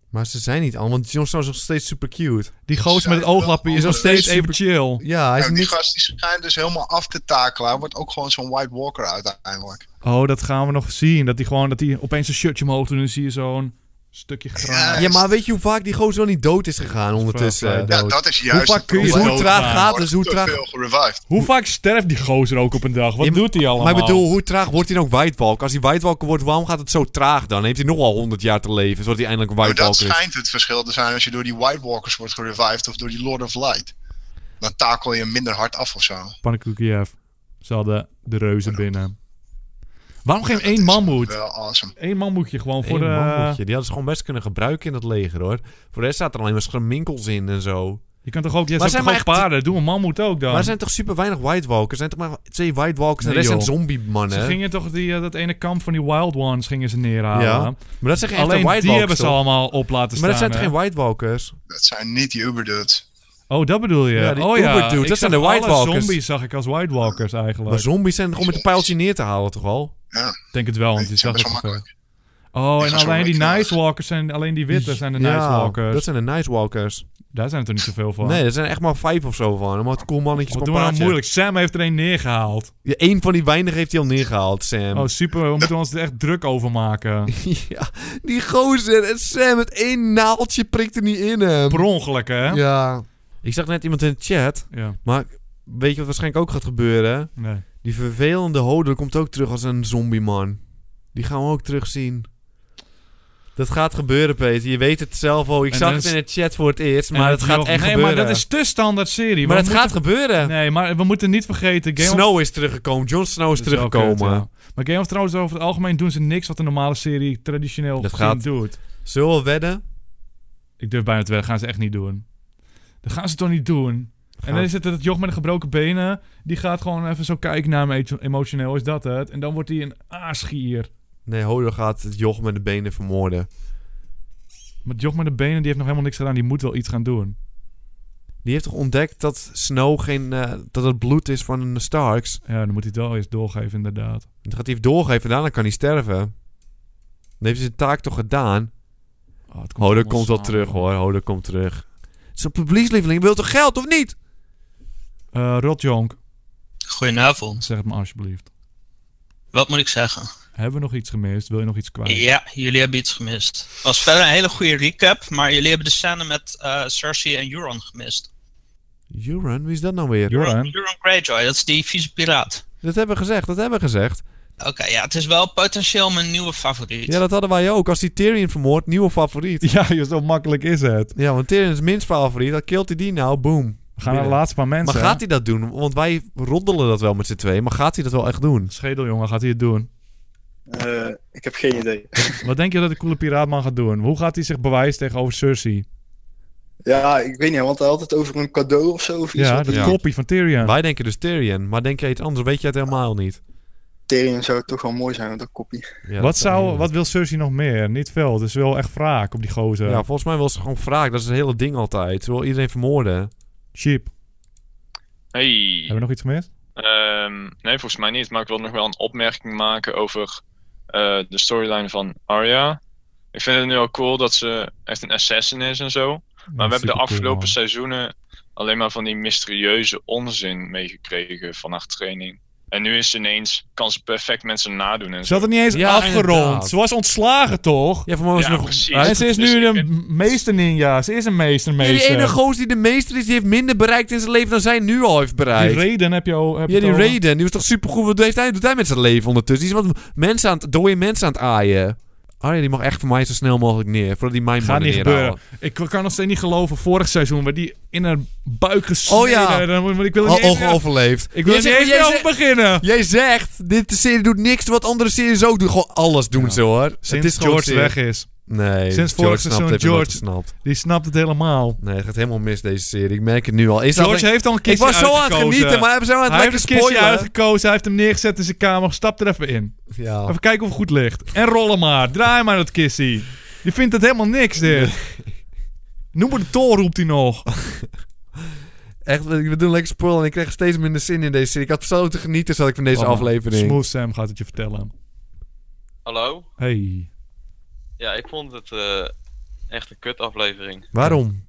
Maar ze zijn niet allemaal, want Jon Snow is nog steeds super cute. Die goos met het ooglapje is nog steeds even chill. Ja, hij is En die niet... gast die schijnt dus helemaal af te takelen. Hij wordt ook gewoon zo'n White Walker uiteindelijk. Oh, dat gaan we nog zien. Dat hij gewoon dat hij opeens een shirtje omhoog doet en dan zie je zo'n stukje graan. Ja, maar weet je hoe vaak die gozer wel niet dood is gegaan ondertussen? vrij dood. Ja, dat is juist Hoe, vaak het kun je, probleem. hoe traag Doodgaan. gaat het? Hoe Wordt te traag... veel Hoe vaak sterft die gozer ook op een dag? Wat doet hij allemaal? Maar ik bedoel, hoe traag wordt hij nou Whitewalker? Als hij Whitewalker wordt, waarom gaat het zo traag dan? Heeft hij nog wel 100 jaar te leven, zodat hij eindelijk een Maar Nou, dat Whitewalker is? schijnt het verschil te zijn als je door die White Walkers wordt gerevived of door die Lord of Light. Dan takel je minder hard af of zo. Pannenkoekje F. Ze hadden de reuzen binnen. Waarom geen één manmoed? Wel awesome. Eén manmoedje gewoon voor eh, Eén de... manmoetje, Die hadden ze gewoon best kunnen gebruiken in dat leger, hoor. Voor de rest zaten er alleen maar schraminkels in en zo. Je kan toch ook... Je Maar hebt zijn toch maar ook echt- paarden? Doe een manmoed ook dan. Maar er zijn toch super weinig Whitewalkers? Er zijn toch maar twee Whitewalkers en Nee, de rest joh. zijn zombie-mannen? Ze gingen toch die, eh, dat ene kamp van die Wild Ones gingen ze neerhalen. Ja. Maar dat zijn geen echte Alleen White die Walkers, hebben ze toch? allemaal op laten Maar dat staan. zijn toch hè? geen Whitewalkers? Dat zijn niet die Uberdudes. Oh, dat bedoel je? Ja, die oh ja, Uber-dude, ik dat zijn zag de White alle Walkers. zombies zag ik als White Walkers eigenlijk. Maar zombies zijn gewoon met een pijltje neer te halen, toch al? Ja. denk het wel, want die zag het wel. Oh, en gaan zo alleen die makkelijk. Nice Walkers zijn... Alleen die witte zijn de Ja, Nice Walkers. dat zijn de Nice Walkers. Daar zijn er toch niet zoveel van? Nee, er zijn er echt maar vijf of zo van. Omdat cool mannetjes Wat op een doen we nou paardje. moeilijk? Sam heeft er één neergehaald. Ja, één van die weinigen heeft hij al neergehaald, Sam. Oh, super. We moeten ons er echt druk over maken. (laughs) ja, die gozer en Sam met één naaldje prikt er niet in hem. Per ongeluk, hè? Ja. Ik zag net iemand in de chat. Ja. Maar weet je wat waarschijnlijk ook gaat gebeuren? Nee. Die vervelende hoder komt ook terug als een zombieman. Die gaan we ook terugzien. Dat gaat gebeuren, Peter. Je weet het zelf al. Ik En zag dan het is- in de chat voor het eerst, En maar het dat gaat joch- echt nee, gebeuren. maar dat is te standaard serie. Maar We het moeten- gaat gebeuren. Nee, maar we moeten niet vergeten... Game of- Snow is teruggekomen. Jon Snow is Dat wel teruggekomen. kut, ja. Maar Game of Thrones over het algemeen doen ze niks wat een normale serie traditioneel Dat gezien gaat- doet. Zullen we wedden? Ik durf bijna te wedden, gaan ze echt niet doen. Dat gaan ze toch niet doen? En dan is het dat joch met de gebroken benen, die gaat gewoon even zo kijken naar hem emo- emotioneel, is dat het? En dan wordt hij een aasgier. Nee, Hodor gaat het joch met de benen vermoorden. Maar het joch met de benen, die heeft nog helemaal niks gedaan, die moet wel iets gaan doen. Die heeft toch ontdekt dat Snow geen... eh, dat het bloed is van de Starks? Ja, dan moet hij het wel eens doorgeven, inderdaad. Dan gaat hij even doorgeven, daarna kan hij sterven. Dan heeft hij zijn taak toch gedaan? Oh, komt Hodor komt wel terug hoor, Hodor komt terug. Zijn publiekslieveling wil toch geld of niet? Eh Rotjonk, Goedenavond. zeg het me alsjeblieft. Wat moet ik zeggen? Hebben we nog iets gemist? Wil je nog iets kwijt? Ja, jullie hebben iets gemist. Was verder een hele goede recap, maar jullie hebben de scène met eh, Cersei en Euron gemist. Euron, wie is dat nou weer? Euron Greyjoy, dat is die vieze piraat. Dat hebben we gezegd, dat hebben we gezegd. Oké, ja, het is wel potentieel mijn nieuwe favoriet. Ja, dat hadden wij ook. Als die Tyrion vermoord, nieuwe favoriet. (laughs) Ja, zo makkelijk is het. Ja, want Tyrion is minst favoriet. Dan kilt hij die nou, boom. We gaan naar de laatste paar mensen, Maar hè? gaat hij dat doen? Want wij roddelen dat wel met z'n tweeën. Maar gaat hij dat wel echt doen? Schedeljongen, gaat hij het doen? Eh, ik heb geen idee. Wat denk je dat de coole piraatman gaat doen? Hoe gaat hij zich bewijzen tegenover Cersei? Ja, ik weet niet, want hij had het over een cadeau of zo. Of iets Ja, wat de het- kopie van Tyrion. Wij denken dus Tyrion. Maar denk jij iets anders? Weet jij het helemaal niet? Tyrion zou toch wel mooi zijn met een kopie. wat, zou, wat wil Cersei nog meer? Niet veel. Dus ze wil echt wraak op die gozer. Ja, volgens mij wil ze gewoon wraak. Dat is het hele ding altijd. Ze wil iedereen vermoorden. Sheep. Hey. Hebben we nog iets gemist? Ehm, nee, volgens mij niet. Maar ik wil nog wel een opmerking maken over eh, de storyline van Arya. Ik vind het nu al cool dat ze echt een assassin is en zo. Maar we hebben de supercool, afgelopen man. seizoenen alleen maar van die mysterieuze onzin meegekregen van haar training. En nu is ze ineens, kan ze perfect mensen nadoen en Ze zo. had het niet eens afgerond. Ze was ontslagen, toch? Ja, vanmorgen Ja, nog- precies. En ze is nu de meester ninja. Ze is een meester meester. Die ene goos die de meester is, die heeft minder bereikt in zijn leven dan zij nu al heeft bereikt. Die Raiden heb je al... Heb je ja, het die over? Raiden, die was toch supergoed. Wat heeft hij, doet hij met zijn leven ondertussen? Die is wat mensen aan het, dode mensen aan het aaien. Arjen, die mag echt voor mij zo snel mogelijk neer. Voordat die mijn Gaat mannen niet gebeuren. neerhalen. Ik kan nog steeds niet geloven, vorig seizoen werd die in haar buik gesneden. Oh ja. Dan- want Ik wil er Al- niet eens- overleefd. Ik wil Jij er niet zegt- eens jij meer zegt- over beginnen. Jij zegt, dit serie doet niks wat andere series ook doen. Gewoon alles doen ze hoor. Het Sinds is gewoon George serie. weg is. Nee, Sinds George vorig snapt, seizoen heeft het nooit George, gesnapt. die snapt het helemaal. Nee, het gaat helemaal mis deze serie. Ik merk het nu al. Is dat George een- heeft al een Ik kistje was zo aan het uitgekozen. genieten, maar hij heeft zo aan het Hij lekker heeft een kistje spoilen. uitgekozen, hij heeft hem neergezet in zijn kamer. Stap er even in. Ja. Even kijken of het goed ligt. En rollen maar. Draai maar dat kissie. Je vindt het helemaal niks, dit. Noem maar de tol, roept hij nog. Echt, we doen lekker spoilen en ik kreeg steeds minder zin in deze serie. Ik had zo te genieten zat ik van deze Oh, man. aflevering. Smooth Sam gaat het je vertellen. Hallo? Hey. Ja, ik vond het eh, echt een kut aflevering. Waarom?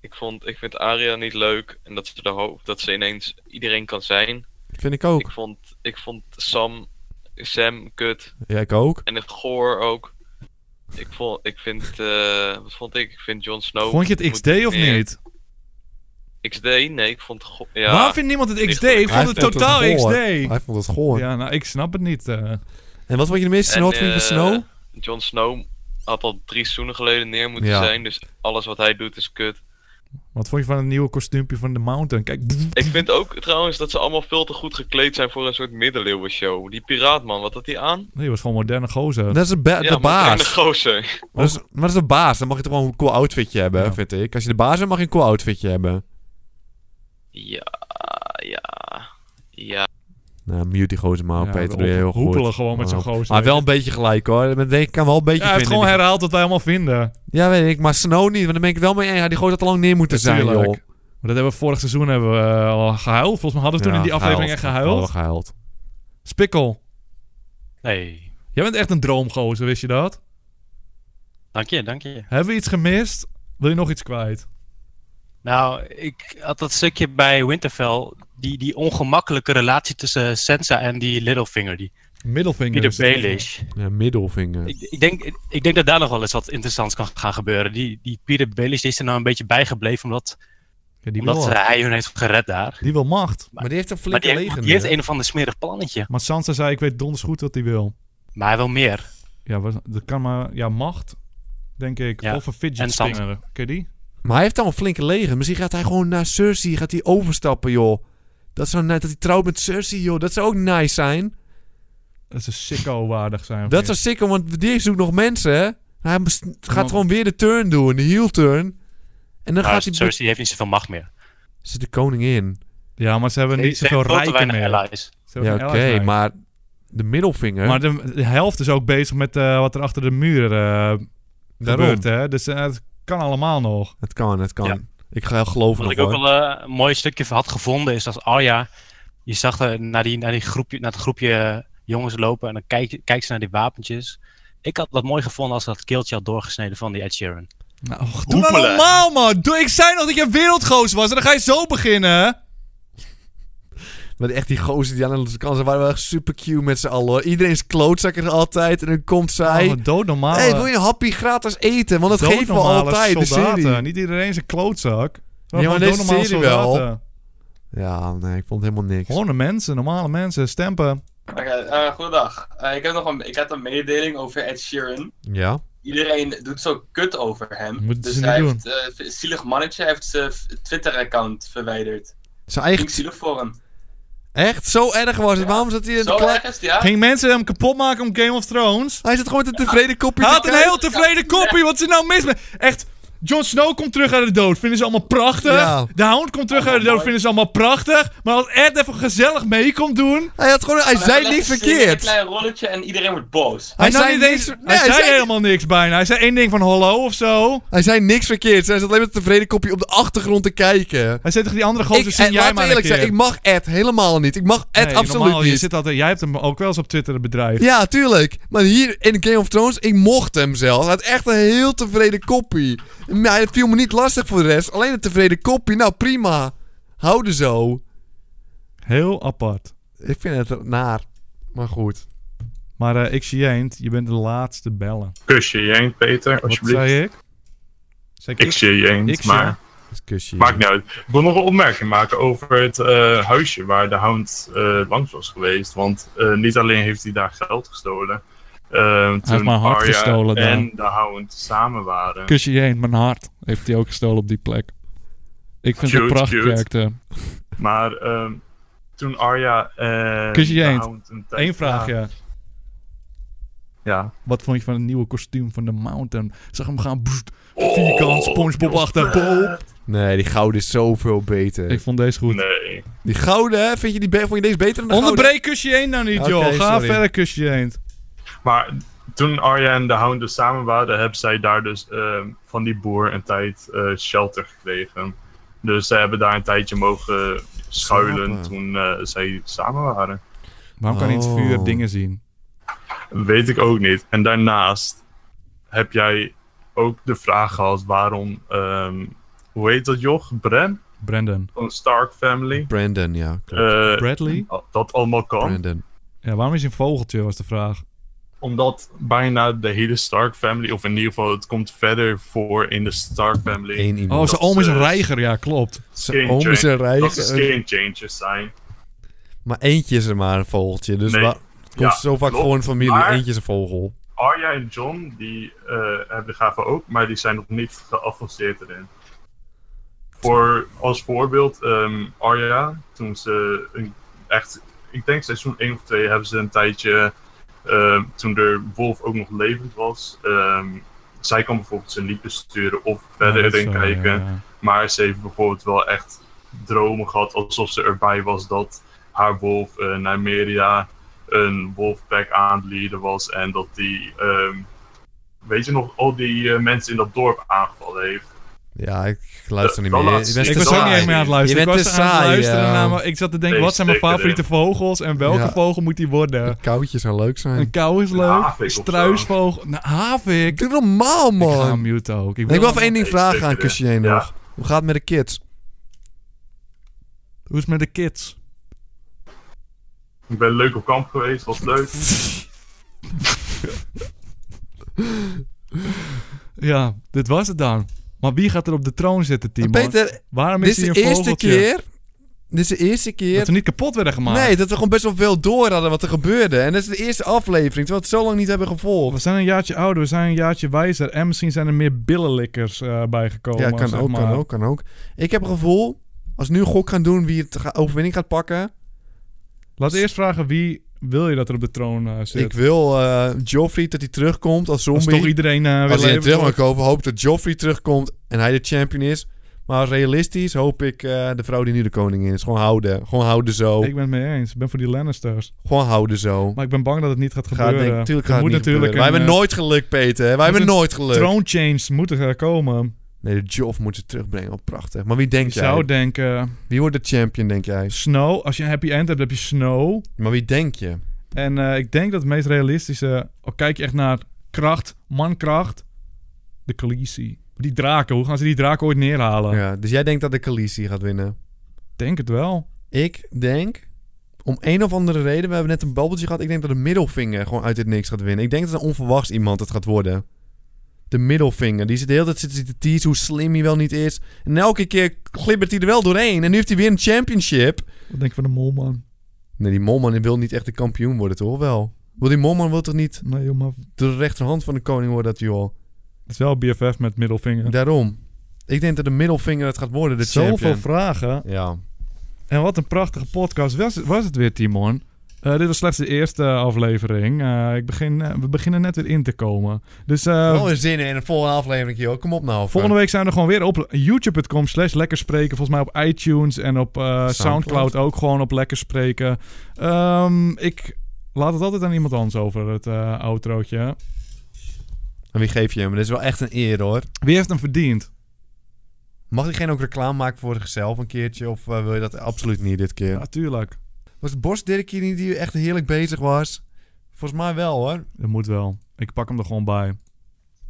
Ik, vond, ik vind Aria niet leuk en dat ze de hoop dat ze ineens iedereen kan zijn. Vind ik ook. Ik vond, ik vond Sam, Sam kut. Ja, ik ook. En het goor ook. Ik, vond, ik vind, eh, wat vond ik? Ik vind Jon Snow... Vond je het moet XD of meer- niet? XD? Nee, ik vond... het go- Ja, Waarom vindt niemand het niet XD? goed. Ik vond het totaal XD. Hij vond het goor. Ja, nou, ik snap het niet. En wat vond je de meeste En, snor van eh, Snow? Jon Snow had al drie seizoenen geleden neer moeten Ja. zijn, dus alles wat hij doet is kut. Wat vond je van het nieuwe kostuumpje van The Mountain? Kijk, Ik vind ook trouwens dat ze allemaal veel te goed gekleed zijn voor een soort middeleeuwen show. Die piraatman, wat had die aan? nee, je was gewoon moderne gozer. Dat is een ba- Ja, de maar baas. kleine gozer. Maar dat, is, maar dat is de baas. Dan mag je toch wel een cool outfitje hebben, Ja. vind ik. Als je de baas bent, mag je een cool outfitje hebben. Ja, ja, ja. Nou, mute die gozer maar, Ja, Peter. we Doe je heel goed. hoepelen gewoon met zo'n Oh. gozer. Maar wel een beetje gelijk, hoor. Dat denk Ik kan wel een beetje Ja, hij heeft vinden. gewoon herhaald wat wij allemaal vinden. Ja, weet ik. Maar Snow niet. Want dan ben ik het wel mee eens. Ja, Die gozer had al lang neer moeten zijn, Tuurlijk. joh. Maar dat hebben we vorig seizoen hebben we, eh, al gehuild. Volgens mij hadden we toen Ja, in die aflevering gehuild. echt gehuild. Hadden we gehuild. Spikkel, Hey, jij bent echt een droomgozer, wist je dat? dank je, dank je. Hebben we iets gemist? Wil je nog iets kwijt? Nou, ik had dat stukje bij Winterfell, die, die ongemakkelijke relatie tussen Sansa en die Littlefinger, die Middelvinger. Peter is het. Baelish. Ja, middelvinger. Ik, ik, denk, ik denk dat daar nog wel eens wat interessants kan gaan gebeuren. Die, die Peter Baelish die is er nou een beetje bijgebleven omdat, die omdat wil- eh, hij hun heeft gered daar. Die wil macht. Maar die heeft een Maar flinke die, heeft- leger die heeft nu. een of ander smerig plannetje. Maar Sansa zei, ik weet donders goed wat hij wil. Maar hij wil meer. Ja, wat- dat kan maar... Ja, macht, denk ik. Ja, Of een en fidget Sansa. spinner. Ken je die? Maar hij heeft al een flinke leger. Misschien gaat hij gewoon naar Cersei. Gaat hij overstappen, joh. Dat zou nice. Dat hij trouwt met Cersei, joh. Dat zou ook nice zijn. Dat ze sicko-waardig zijn. of Dat niet? zou sick, want die zoekt nog mensen, hè. Hij bes- gaat Want- gewoon weer de turn doen. De heel turn. En dan Nou, gaat hij... Cersei heeft niet zoveel macht meer. Ze de koningin. Ja, maar ze hebben Ze- niet ze hebben zoveel veel te rijken weinig meer. allies. Ze hebben Ja, geen oké, allies meer. maar de middelvinger... Maar de, de helft is ook bezig met eh, wat er achter de muren eh Daarom. gebeurt, hè? Dus eh, het kan allemaal nog. Het kan, het kan. Ik ga geloven Wat nog, ik ook hoor. wel eh, een mooi stukje had gevonden is als Arya, je zag haar naar, die, naar, die groepje, naar het groepje eh, jongens lopen en dan kijkt kijkt ze naar die wapentjes. Ik had dat mooi gevonden als ze dat keeltje had doorgesneden van die Ed Sheeran. Nou, Doe nou normaal, man! Doe, ik zei nog dat je wereldgoos was en dan ga je zo beginnen. Maar echt die gozer die aan de andere kant zijn, waren wel echt super cute met z'n allen. Hoor. Iedereen is klootzakker altijd en dan komt zij. Oh, doodnormale- hey, wil je een happy gratis eten? Want dat geven we Doodnormale altijd. De soldaten. serie. Niet iedereen is een klootzak. Ja, maar Gewoon deze doodnormale serie wel. soldaten. Ja, nee, ik vond het helemaal niks. Gewone mensen, normale mensen, stempen. Oké, eh, goedendag. Eh, ik, heb nog een, ik heb een mededeling over Ed Sheeran. Ja. Iedereen doet zo kut over hem. Moeten dus ze hij niet heeft, eh, zielig mannetje, hij heeft zijn Twitter-account verwijderd. Zijn eigen- Vind ik zielig voor hem. Echt? Zo erg was het. Waarom zat hij in de Zo klaar? erg is het, ja. Ging mensen hem kapot maken om Game of Thrones? Hij zit gewoon met een tevreden kopje Hij te had een kijken. heel tevreden kopje. Wat is er nou mis met... Echt, Jon Snow komt terug uit de dood. Vinden ze allemaal prachtig. Ja. De Hound komt terug uit de dood. Vinden ze allemaal prachtig. Maar als Ed even gezellig mee komt doen... Hij had gewoon... Hij Maar zei laat niet ze zingen, Een verkeerd. klein rolletje en iedereen wordt boos. Hij, zei, niet eens, niks- hij nee, hij zei zei- helemaal niks bijna. Hij zei één ding van hallo of zo. Hij zei niks verkeerd. Hij zat alleen met een tevreden kopje op de achtergrond te kijken. Hij zei tegen die andere gozer, Ik- "Zing eh, jij laten we maar een eerlijk zijn, keer." ik mag Ed helemaal niet. Ik mag Ed Nee, absoluut normaal, Je niet. zit altijd, jij hebt hem ook wel eens op Twitter bedrijf. Ja, tuurlijk. Maar hier in Game of Thrones, ik mocht hem zelf. Hij had echt een heel tevreden koppie. Maar het viel me niet lastig voor de rest. Alleen een tevreden koppie. Nou, prima. Houden zo. Heel apart. Ik vind het naar. Maar goed. Maar eh, ik zie je eend, je bent de laatste bellen. Kusje je eend, Peter, alsjeblieft. zei ik? ik? zie je eend, Ik zie- maar... Maakt niet uit. Ik wil nog een opmerking maken over het eh, huisje waar de hound eh, langs was geweest. Want eh, niet alleen heeft hij daar geld gestolen. eh, toen mijn hart Arya gestolen daar. en de hound samen waren. Kusje je eend, mijn hart. Heeft hij ook gestolen op die plek. Ik vind het Cute, prachtig eh. cute. karakter. Maar ehm, toen Arya en Kusje je de eend. hound een tijd- Eén vraag, ja. Ja. Wat vond je van het nieuwe kostuum van de Mountain? Zag hem gaan boest, Oh, vierkant, Spongebob achter. Boop. Nee, die gouden is zoveel beter. Ik vond deze goed. Nee. Die gouden, hè? Vind je, die, be- vond je deze beter dan de Onderbreek kusje eend nou niet, Oké, joh. Ga sorry. verder kusje eend. Maar toen Arya en de Hound dus samen waren, hebben zij daar dus ehm, van die boer een tijd eh, shelter gekregen. Dus zij hebben daar een tijdje mogen schuilen Slapen. toen eh, zij samen waren. Waarom kan hij in het vuur Oh. dingen zien? Weet ik ook niet. En daarnaast heb jij ook de vraag gehad waarom... ehm, hoe heet dat joch? Bren? Brandon. Van Stark Family. Brandon, ja. Eh, Bradley? Dat allemaal kan. Ja, waarom is hij een vogeltje, was de vraag. Omdat bijna de hele Stark family, of in ieder geval het komt verder voor in de Stark family. Oh, zijn Dat oom is ze een reiger, ja, klopt. skin oom is change- een reiger. Dat eh, ze skin changes zijn. Maar eentje is er maar een vogeltje. Dus Nee. wa- het komt Ja, zo vaak klopt, voor een familie. maar- Eentje is een vogel. Arya en John, die eh, hebben gaven ook, maar die zijn nog niet geavanceerd erin. Voor, als voorbeeld, ehm, Arya, toen ze een- echt, ik denk seizoen 1 of 2, hebben ze een tijdje, ehm, toen de wolf ook nog levend was, ehm, zij kan bijvoorbeeld zijn niet besturen of verder dat is erin zo, kijken. ja. Maar ze heeft bijvoorbeeld wel echt dromen gehad, alsof ze erbij was dat haar wolf eh Nymeria een wolfpack aan het leiden was en dat die, ehm, weet je nog, al die eh, mensen in dat dorp aangevallen heeft. Ja, ik luister Eh, niet dan meer. laat- Je bent ik te was ook saai. niet echt meer aan het luisteren. Je ik bent was te aan het saai, luisteren ja. naar, maar ik zat te denken, wat zijn mijn Steek erin. favoriete vogels en welke Ja. vogel moet die worden? Koudjes zou leuk zijn. Een kou is Een leuk, havik een of zo. struisvogel, een havik. Doe normaal, man. Ik ga hem muten ook. Ik, wil even één ding Ik vragen steek aan erin. Kusje Jeen Ja. nog. Hoe gaat het met de kids? Hoe is het met de kids? Ik ben leuk op kamp geweest, was leuk. Ja, dit was het dan. Maar wie gaat er op de troon zitten, Timon? Peter, Waarom dit is is hij de een eerste vogeltje? keer... Dit is de eerste keer... Dat we niet kapot werden gemaakt. Nee, dat we gewoon best wel veel door hadden wat er gebeurde. En dat is de eerste aflevering, terwijl we het zo lang niet hebben gevolgd. We zijn een jaartje ouder, we zijn een jaartje wijzer. En misschien zijn er meer billenlikkers eh, bijgekomen. Ja, kan zeg ook, kan maar. ook, kan ook. Ik heb een gevoel, als we nu een gok gaan doen wie het ga- overwinning gaat pakken... Laten we eerst vragen wie wil je dat er op de troon eh, zit? Ik wil eh Joffrey dat hij terugkomt als zombie. toch iedereen, eh, weer Als hij levend terug wordt. mag komen, hoop ik dat Joffrey terugkomt en hij de champion is. Maar realistisch hoop ik eh, de vrouw die nu de koningin is. Gewoon houden. Gewoon houden zo. Ik ben het mee eens. Ik ben voor die Lannisters. Gewoon houden zo. Maar ik ben bang dat het niet gaat Gaat, gebeuren. denk ik, tuurlijk Er gaat het moet niet natuurlijk gebeuren. Wij een, hebben eh, nooit geluk, Peter. hè? Wij er moet hebben een nooit geluk. Throne change moet er komen. Nee, de Joff moet ze terugbrengen. Oh, prachtig. Maar wie denk Je jij? zou denken... Wie wordt de champion, denk jij? Snow. Als je een happy end hebt, heb je Snow. Maar wie denk je? En eh, ik denk dat het meest realistische... Oh, kijk je echt naar kracht, mankracht. De Khaleesi. Die draken. Hoe gaan ze die draken ooit neerhalen? Ja, dus jij denkt dat de Khaleesi gaat winnen? Denk het wel. Ik denk, om een of andere reden, we hebben net een babbeltje gehad. Ik denk dat de middelvinger gewoon uit dit niks gaat winnen. Ik denk dat een onverwachts iemand het gaat worden. De middelvinger. Die zit de hele tijd zitten te teasen hoe slim hij wel niet is. En elke keer glibbert hij er wel doorheen. En nu heeft hij weer een championship. Wat denk je van de molman? Nee, die molman wil niet echt de kampioen worden, toch? Wel. Wil die molman wil toch niet Nee, joh, maar... de rechterhand van de koning worden, dat joh. Het is wel BFF met middelvinger. Daarom. Ik denk dat de middelvinger het gaat worden, de Zoveel champion. vragen. Ja. En wat een prachtige podcast was, was het weer, Timon. Eh, dit was slechts de eerste aflevering. Eh, ik begin, eh, we beginnen net weer in te komen. Dus eh, Wel weer zin in een volgende aflevering, joh. Kom op nou. volgende week zijn we er gewoon weer op youtube.com slash lekker spreken. Volgens mij op iTunes en op eh, Soundcloud ook gewoon op lekker spreken. Ehm, ik laat het altijd aan iemand anders over, het eh outrootje. En wie geef je hem? Dit is wel echt een eer, hoor. Wie heeft hem verdiend? Mag diegene ook reclame maken voor zichzelf een keertje? Of eh, wil je dat absoluut niet dit keer? Natuurlijk. Was het Bos Dirk hier niet die echt heerlijk bezig was? Volgens mij wel, hoor. Dat moet wel. Ik pak hem er gewoon bij.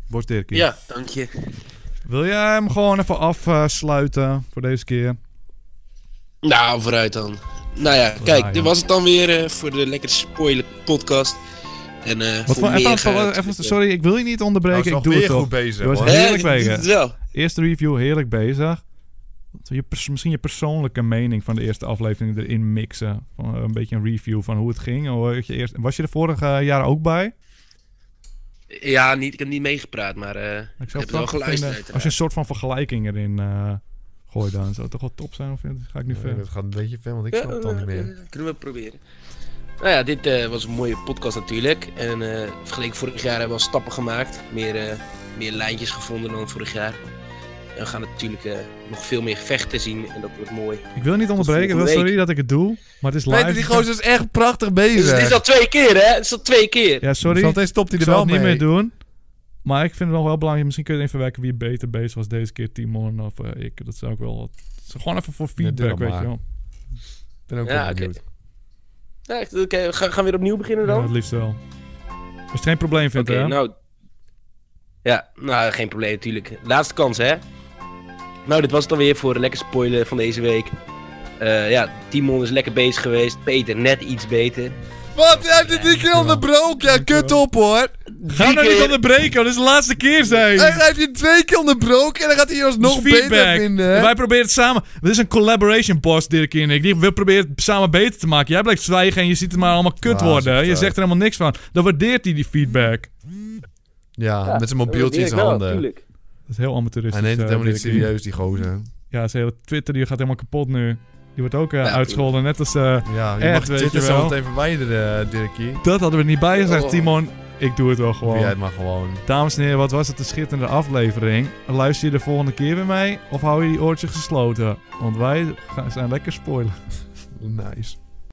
Bos Dirkie. Ja, dank je. Wil jij hem gewoon even afsluiten voor deze keer? Nou, vooruit dan. Nou ja, Wat raar, kijk, dit joh. was het dan weer eh, voor de lekkere spoiler podcast. En eh Wat voor voor, meer even, ga- even- even- sorry, ik wil je niet onderbreken. Hij Ik was doe Nou, nog het toch. weer goed bezig, Je was hoor. heerlijk Hè, bezig. dit is het wel. Eerste review, heerlijk bezig. Laten we Je pers- misschien je persoonlijke mening van de eerste aflevering erin mixen. Van, eh, een beetje een review van hoe het ging. Hoe het je eerst, was je er vorige jaar ook bij? Ja, niet, ik heb niet meegepraat, maar eh, ik zou heb wel prachtig geluisterd. vinden Als uiteraard. je een soort van vergelijking erin eh gooit, dan zou het toch wel top zijn. Of ga ik nu Nee, ver? dat gaat een beetje ver, want ik Ja, snap het al niet eh, meer. eh, kunnen we proberen. Nou ja, dit eh, was een mooie podcast natuurlijk. En eh, vergeleken vorig jaar hebben we al stappen gemaakt. Meer, eh, meer lijntjes gevonden dan vorig jaar. En we gaan natuurlijk eh, nog veel meer gevechten zien. En dat wordt mooi. Ik wil niet onderbreken, wel volgende sorry dat ik het doe. Maar het is live. Peter, die gozer is echt prachtig Dus bezig. het is al twee keer, hè? Het is al twee keer. Ja, sorry. Zometeen stopt hij Ik er zal wel het mee. niet meer doen. Maar ik vind het wel wel belangrijk. Misschien kun je even verwerken wie beter bezig was deze keer. Timon of eh, ik. Dat zou ik wel... Gewoon even voor doe feedback, dat weet maar. je wel. Ik ben ook Ja, wel oké. benieuwd. Ja, echt, Oké, we gaan, gaan we weer opnieuw beginnen Ja, dan? het liefst wel. Als je het geen probleem vindt, Oké, hè? nou. Ja, nou, geen probleem natuurlijk. Laatste kans, hè? Nou, dit was het dan weer voor lekker spoiler van deze week. Eh, ja, Timon is lekker bezig geweest. Peter net iets beter. Wat? Hij heeft het drie keer onderbroken. Ja, kut op hoor. Ga nou niet onderbreken, dat is de laatste keer zijn. Hij heeft je twee keer onderbroken en dan gaat hij je Dus alsnog beter feedback. vinden. hè? Wij proberen het samen. Het is een collaboration post, Dirk en ik. Die, we proberen het samen beter te maken. Jij blijft zwijgen en je ziet het maar allemaal kut Ah, worden. zo Je is het zegt er helemaal niks van. Dan waardeert hij die feedback. Ja, Ja, met zijn dat mobieltje in weet ik zijn wel, handen. tuurlijk. Dat is heel amateuristisch. Hij neemt het eh, helemaal niet Dirk Enig. serieus, die gozer. Ja, zijn hele Twitter die gaat helemaal kapot nu. Die wordt ook eh Ja, uitscholden, net als eh Ja, je Ed, mag weet Twitter je zo wel. meteen verwijderen, eh, Dirkie. Dat hadden we er niet bij gezegd, Oh. Timon. Ik doe het wel gewoon. Doe jij het maar gewoon. Dames en heren, wat was het een schitterende aflevering. Luister je de volgende keer weer mee of hou je die oortjes gesloten? Want wij gaan- zijn lekker spoiler. Nice.